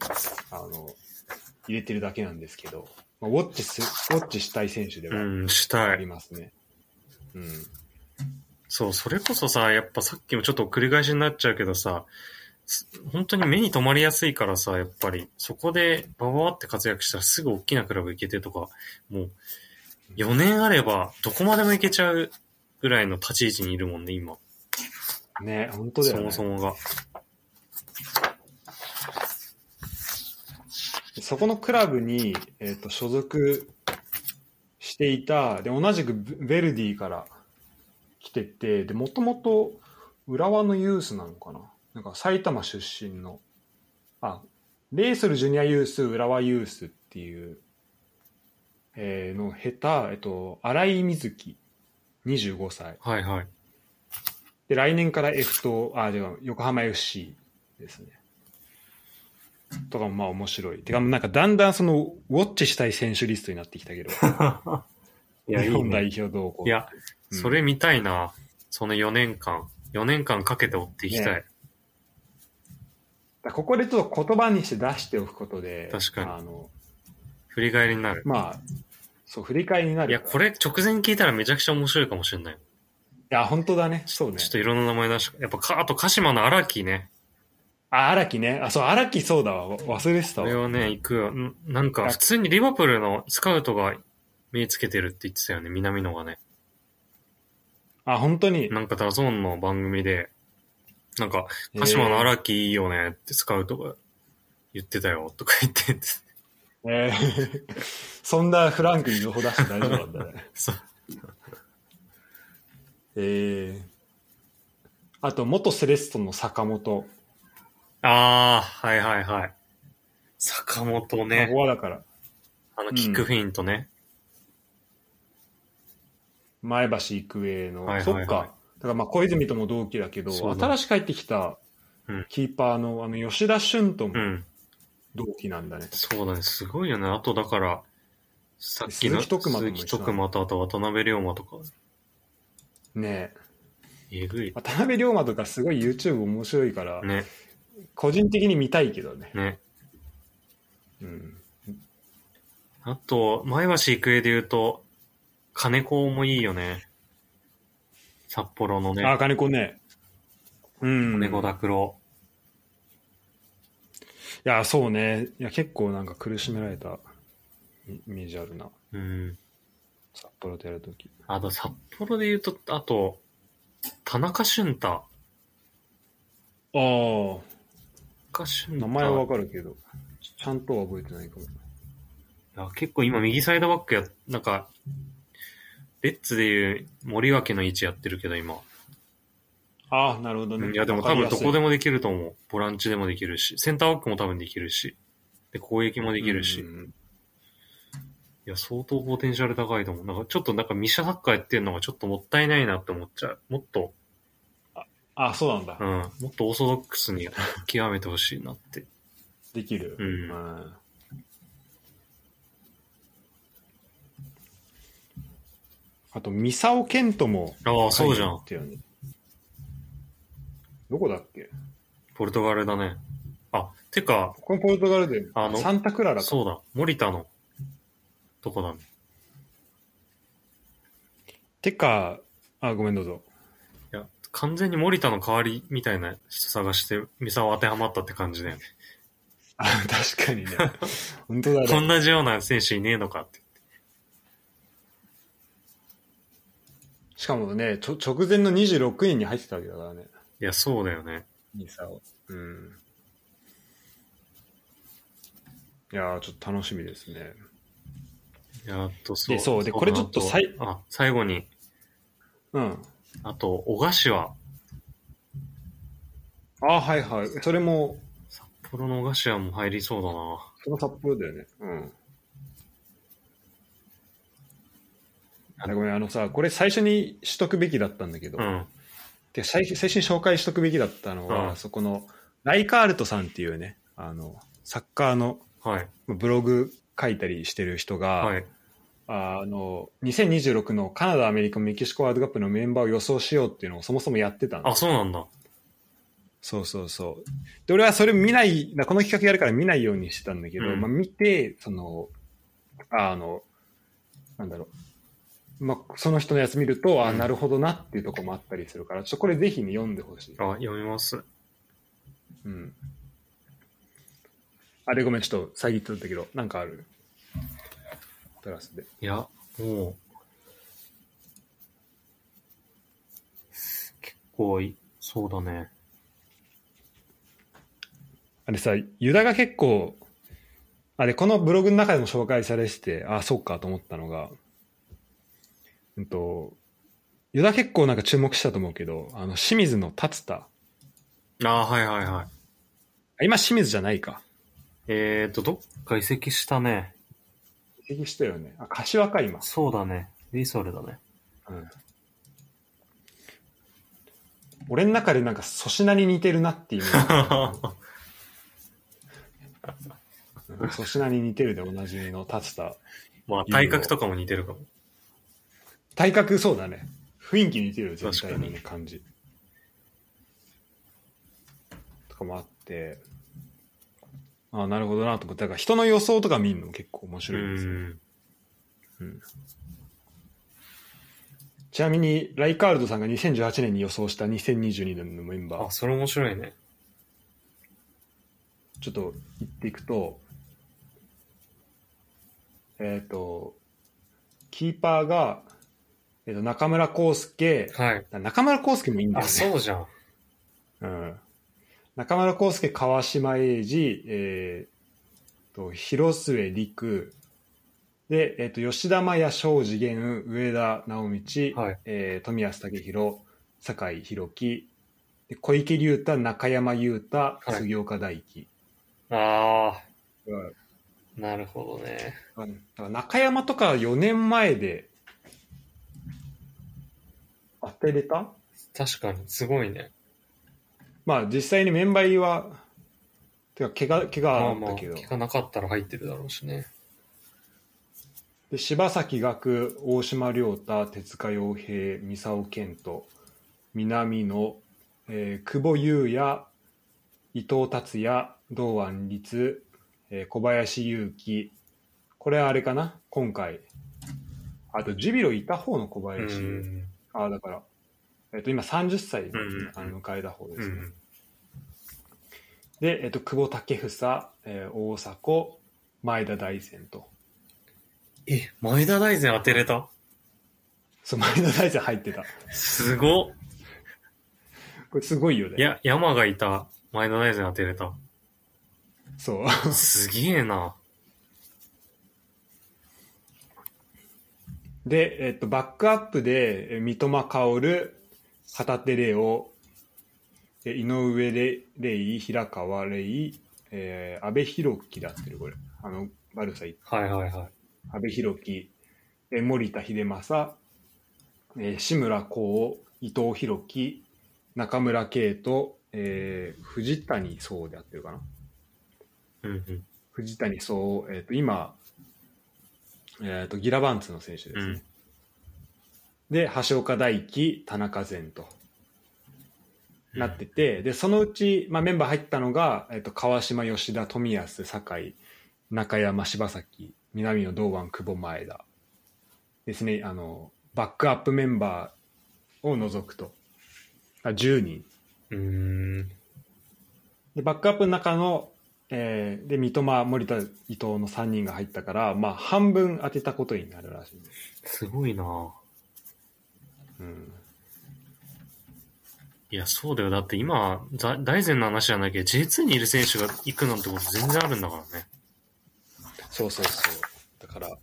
あの、入れてるだけなんですけど、まあ、ウォッチす、ウォッチしたい選手ではうん、したあいり。ますね。うん。そう、それこそさ、やっぱさっきもちょっと繰り返しになっちゃうけどさ、す本当に目に留まりやすいからさ、やっぱり、そこでバババって活躍したらすぐ大きなクラブ行けてとか、もう、4年あればどこまでも行けちゃうぐらいの立ち位置にいるもんね、今。ね、本当だよそね。もそもが。そこのクラブに、えー、と所属していたで同じくヴェルディから来ててでもともと浦和のユースなのかななんか埼玉出身のあレイソルジュニアユース浦和ユースっていう、えーの下手、えっと、新井瑞希25歳はい はい。で来年から F とあ違う横浜 FC ですねとかもまあ面白いてかなんかだんだんそのウォッチしたい選手リストになってきたけどいや、い日い本代ね。表どうこういや、うんそれ見たいな。その4年間。4年間かけて追っていきたねい。だからここでちょっと言葉にして出しておくことで確かにあの振り返りになる。まあそう振り返りにないるや、これ直前聞いたらめちゃくちゃ面白いかもしれない。いや本当だねそうねちょっといろんな名前出して、やっぱか、あと鹿島の荒木ね。あ荒木ねあそう荒木そうだわわ忘れてたこれわはね、行くよ。んなんか、普通にリバプールのスカウトが目つけてるって言ってたよね、南野がね。あ本当になんかダゾーンの番組で、なんか、鹿島の荒木いいよねってスカウトが言ってたよ、とか言ってて。 えー そんなフランクに情報出して大丈夫なんだねそうえー、あと元セレッソの坂本、あー、はいはいはい。坂本ね、フね。ォアだからあの、キックフェイントね。前橋育英の、はいはいはそいっかだからまあ小泉とも同期だけどそうだ新しく入ってきたうんキーパーのあの吉田俊とうもん。同期なんだね、そうだね、すごいよね。あとだから、さっきの鈴木徳馬とも鈴一緒木徳馬とあと渡辺龍馬とか、ねええぐい。渡辺龍馬とかすごい YouTube 面白いから、ね、個人的に見たいけどね、ね。うん、あと、前橋育英で言うと、金子もいいよね。札幌のあね、金子ねうん金子い拓郎。やそうねいや結構なんか苦しめられたイイメージあるなうん。札幌でやるときあと、札幌で言うと、あと、田中俊太。ああ田中俊太名前はわかるけど、ちゃんとは覚えてないかも。いや結構今右サイドバックや、なんか、レッツでいう森脇の位置やってるけど今。ああ、なるほどうんね。いや、でも多分どこでももできると思う。ボランチでもできるし、センターバックも多分できるし、で、攻撃もでできるし、いや、相当ポテンシャル高いと思う。なんかちょっとなんかミシャサッカーやってるのがちょっともったいないなって思っちゃう。もっと、ああ、そうなんだうん、。もっとオーソドックスに極めてほしいなって。できる。うんんあと、三沢健人も。ああ、そうじゃん。。どこだっけポルトガルだね。あ、てか、このポルトガルで、あのサンタクララか。そうだ、森田の、とこだね。てか、あ、ごめんどうぞ。いや、完全に森田の代わりみたいな人探して、ミサを当てはまったって感じだよね。あ、確かにね。 本当だね。同じような選手いねえのかって。しかもね、ちょ直前の26人に入ってたわけだからね。いや、そうだよね。ミサを。うん。いやー、ちょっと楽しみですね。やっとそう。でそうでこれちょっとさいあとあ、最後に、うん。あと、小柏。あはいはい。それも、札幌の小柏も入りそうだな。その札幌だよね。うん。あごめん、あのさ、これ最初にしとくべきだったんだけど、うん。で最最初に紹介しとくべきだったのは、うんそこの、ライカールトさんっていうね、あの、サッカーのはい。まあブログ書いたりしてる人が、はい。ああの、2026のカナダ、アメリカ、メキシコワールドカップのメンバーを予想しようっていうのをそもそもやってたんあ、そうなんだ。そうそうそう。で、俺はそれ見ない、なこの企画やるから見ないようにしてたんだけど、うんまあ見て、その、あの、なんだろう。まあ、その人のやつ見ると、あ、うんなるほどなっていうところもあったりするから、ちょっとこれぜひに読んでほしい。あ、読みます。うん。あれごめん、ちょっと遮ってたけど、なんかあるプラスで。いや、もう。結構い、そうだね。あれさ、ユダが結構、あれ、このブログの中でも紹介されてて、あそうかと思ったのが、うんと、ユダ結構なんか注目したと思うけど、あの、清水の達田。あ、はいはいはい。あ今、清水じゃないか。えーと、どっか移籍したね。移籍したよね。あ、柏か、今。そうだね。リソル だね。うん。俺の中でなんか粗品に似てるなっていううん粗品に似てるでおなじみの達田。まあ、体格とかも似てるかも。体格そうだね雰囲気似てるよ全体の、確ね、感じとかもあってあなるほどなと思ってだから人の予想とか見るのも結構面う白いですよん。ちなみにライカールドさんが2018年に予想した2022年のメンバあ、ーそれ面白いね。ちょっと言っていくとえっ、とキーパーが、えー、と中村康介はい。中村康介もいいんだあ、よねそうじゃん。うん中村康介、川島英二、えー、と広末陸で、えー、と吉田麻也、庄司源、上田直道、はい。えー富安武宏、酒井宏樹、で小池龍太、中山雄太、い杉岡大輝。あうんだー、なるほどね。から中山とか4年前で当てれた確かに、すごいね。まあ実際にメンバー入りは、てか怪我、怪ま我ああっまあ、たけど。聞かなかったら入ってるだろうしね。で柴崎岳大島亮太手塚洋平三沢健人南野、えー久保優也伊藤達也堂安律、えー小林勇輝これはあれかな今回あとジュビロいた方の小う林、ん。ああだから、えっと今30歳、んあの迎えた方でうすね、ん。で、えっと、久保建英、えー大迫前田大然とえ、前田大然当てれたそう前田大然入ってたすごっ。これすごいよねいや、山がいた。前田大然当てれた。そうすげえな。で、えっと、バックアップで、え三笘薫、旗手玲央、え井上れレイ、平川レイ、えー、安倍博樹だってる、これ。あの、バルサイ、 はいはいはい。安倍博樹、え森田秀政、えー志村幸、伊藤博樹、中村圭と、えー藤谷壮であってるかな。うんうん。藤谷壮、えっ、と、今、えっ、と、ギラバンツの選手ですね。うんで、橋岡大輝、田中善となってて、で、そのうち、まあ、メンバー入ったのが、えっと、川島、吉田、富安、酒井、中山、柴崎、南野、堂安、久保、前田ですね、あの、バックアップメンバーを除くと、あ10人。うーん。で、バックアップの中の、えーで、三笘、森田、伊藤の3人が入ったから、まあ、半分当てたことになるらしいです。すごいな。うん。いや、そうだよ。だって今、ざ大然の話じゃないけど、J2 にいる選手が行くなんてこと全然あるんだからね。そうそうそう。だから、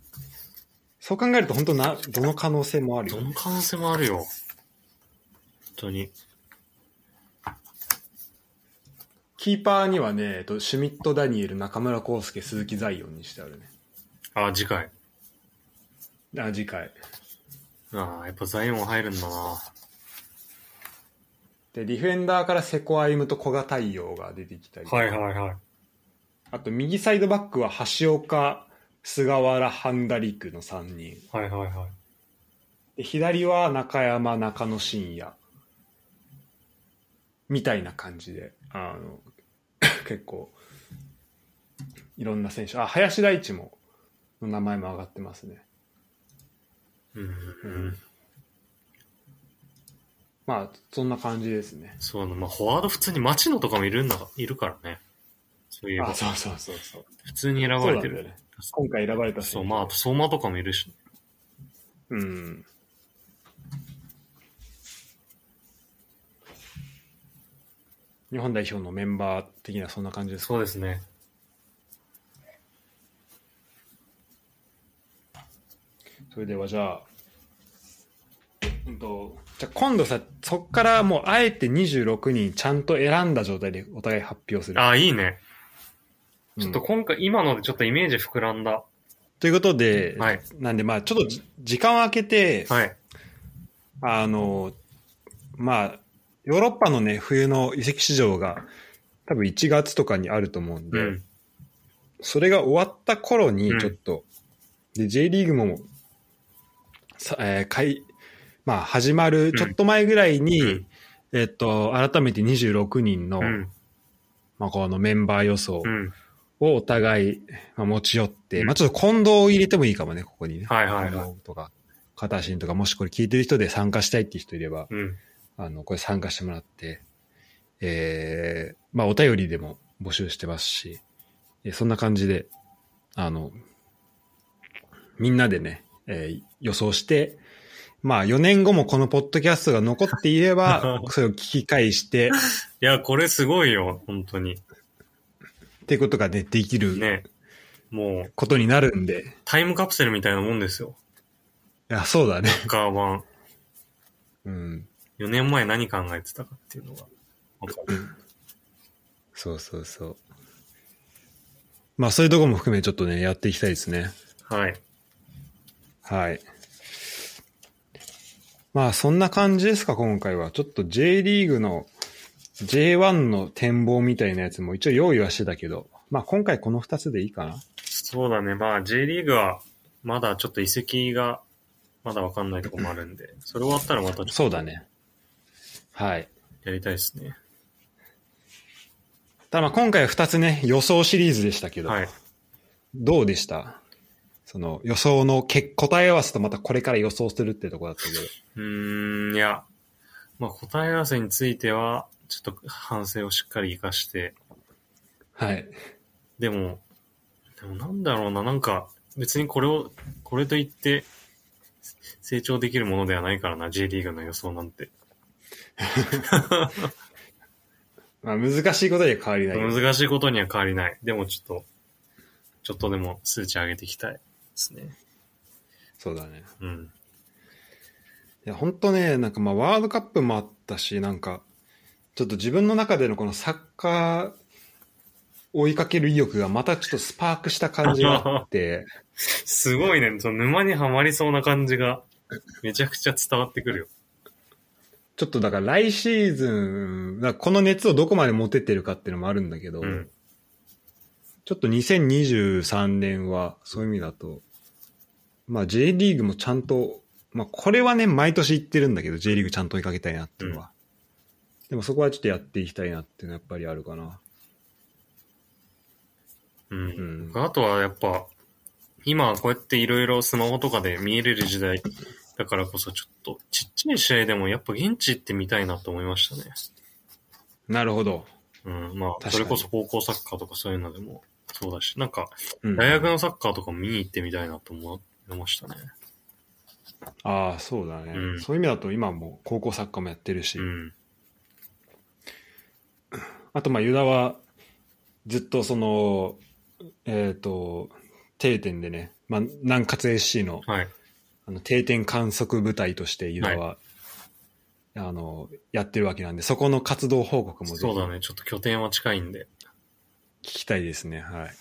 そう考えると本当な、どの可能性もあるよどね。の可能性もあるよ。本当に。キーパーにはね、えっと、シュミット・ダニエル、中村康介、鈴木ザイオンにしてあるね。あ、次回。あ、次回。ああ、やっぱザイオン入るんだな。で、ディフェンダーからセコアイムと古賀太陽が出てきたり、はいはいはい。あと右サイドバックは橋岡、菅原、ハンダリクの3人。はいはいはい。で左は中山、中野真也。みたいな感じで、あの、 結構、いろんな選手。あ、林大地も、の名前も上がってますね。うんうんうん。まあ、そんな感じですね。そうだ、まあ、フォワード普通に町野とかもいるんだ、いるからね。そういえばあ、、そうそうそうそう。普通に選そばうなれんてだる。よね。今回選ばれた選手そう、まあ、あと相馬とかもいるし、うん。日本代表のメンバー的にはそんな感じですかそうですね。それではじゃあ、うんと、じゃあ今度さ、そっからもうあえて26人ちゃんと選んだ状態でお互い発表する。ああ、いいね。うんちょっと今回、今のでちょっとイメージ膨らんだ。ということで、はい。なんでまあちょっとじ時間を空けて、はい。あの、まあ、ヨーロッパのね、冬の移籍市場が多分1月とかにあると思うんうで、ん。それが終わった頃うにんちょっと、で J リーグもさ、えーかいまあ、始まるちょっと前ぐらいに、うんえっと改めて26人の,、うん。まあ、このメンバー予想うん。をお互い、まあ、持ち寄って、うんまあ、ちょっと近藤を入れてもいいかもねここにね。はいはいはい近藤とか片新とかもしこれ聞いてる人で参加したいっていう人いればうん。あのこれ参加してもらって、えーまあ、お便りでも募集してますし、えーそんな感じで、あの、みんなでね、えー予想して、まあ、4年後もこのポッドキャストが残っていれ ば、それを聞き返して、いや、これすごいよ、本当に。っていうことがね、できるね。もう、ことになるんで、タイムカプセルみたいなもんですよ。いや、そうだね。ガーワン。うん。 4年前何考えてたかっていうのが。わかるそうそうそう。まあ、そういうとこも含め、ちょっとね、やっていきたいですね。はい。はい。まあそんな感じですか、今回は。ちょっと J リーグの J1 の展望みたいなやつも一応用意はしてたけど、まあ今回この2つでいいかな。そうだね。まあ、J リーグは、まだちょっと移籍が、まだわかんないとこもあるんで、それ終わったらまたちょっそうだね。はい。とやりたいですね。ただまあ今回は2つね、予想シリーズでしたけど、はい。どうでしたその予想の結答え合わせとまたこれから予想するってとこだったけど。うーん、いや、まあ、答え合わせについては、ちょっと反省をしっかり活かして、はい。でも、でもなんだろうな、なんか、別にこれを、これといって、成長できるものではないからな、J リーグの予想なんて。まあ難しいことには変わりない。難しいことには変わりない。でもちょっと、ちょっとでも数値上げていきたいですね。そうだね。うん。いや、本当ね、なんかまあワールドカップもあったし、なんか、ちょっと自分の中でのこのサッカー追いかける意欲がまたちょっとスパークした感じがあ って、すごいね、その沼にはまりそうな感じが、めちゃくちゃ伝わってくるよ。ちょっとだから来シーズン、だからこの熱をどこまで持てってるかっていうのもあるんだけど、うん。ちょっと2023年はそういう意味だと、まあ J リーグもちゃんと、まあこれはね、毎年言ってるんだけど、J リーグちゃんと追いかけたいなっていうのは。でもそこはちょっとやっていきたいなっていうのはやっぱりあるかな。うんうん。あとはやっぱ、今はこうやっていろいろスマホとかで見れる時代だからこそちょっとちっちゃい試合でもやっぱ現地行ってみたいなと思いましたね。なるほど。うん。ま確かあ、にそれこそ高校サッカーとかそういうのでもそうだし、なんかうん大学のサッカーとかも見に行ってみたいなと思いましたね。ああ、そうだね、うんそういう意味だと今も高校サッカーもやってるし、うん。あとまあユダはずっとその、えっ、と、定点でね、まあ、南葛 SC のはい。あの定点観測部隊としてユダは、あの、やってるわけなんで、そこの活動報告もぜそうだね。ちょっと拠点は近いんで。ひ聞きたいですね。はい。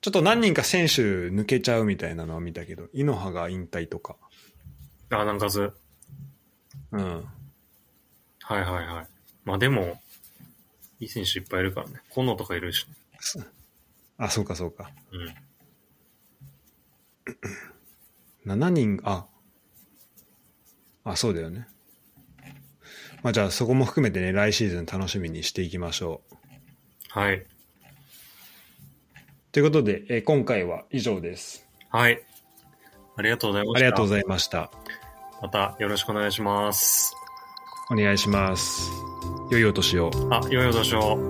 ちょっと何人か選手抜けちゃうみたいなのは見たけど、イノハが引退とか。あ、なんかず。うん。はいはいはい。まあでも、いい選手いっぱいいるからね。コノとかいるし、ね。あ、そうかそうか。うん。 7人、あ、あ、そうだよね。まあじゃあそこも含めてね、来シーズン楽しみにしていきましょう。はい。ということで、えー今回は以上です。はい。ありがとうございまあした。りがとうございました。またよろしくお願いします。お願いします。良いお年を。あ、よいお年を。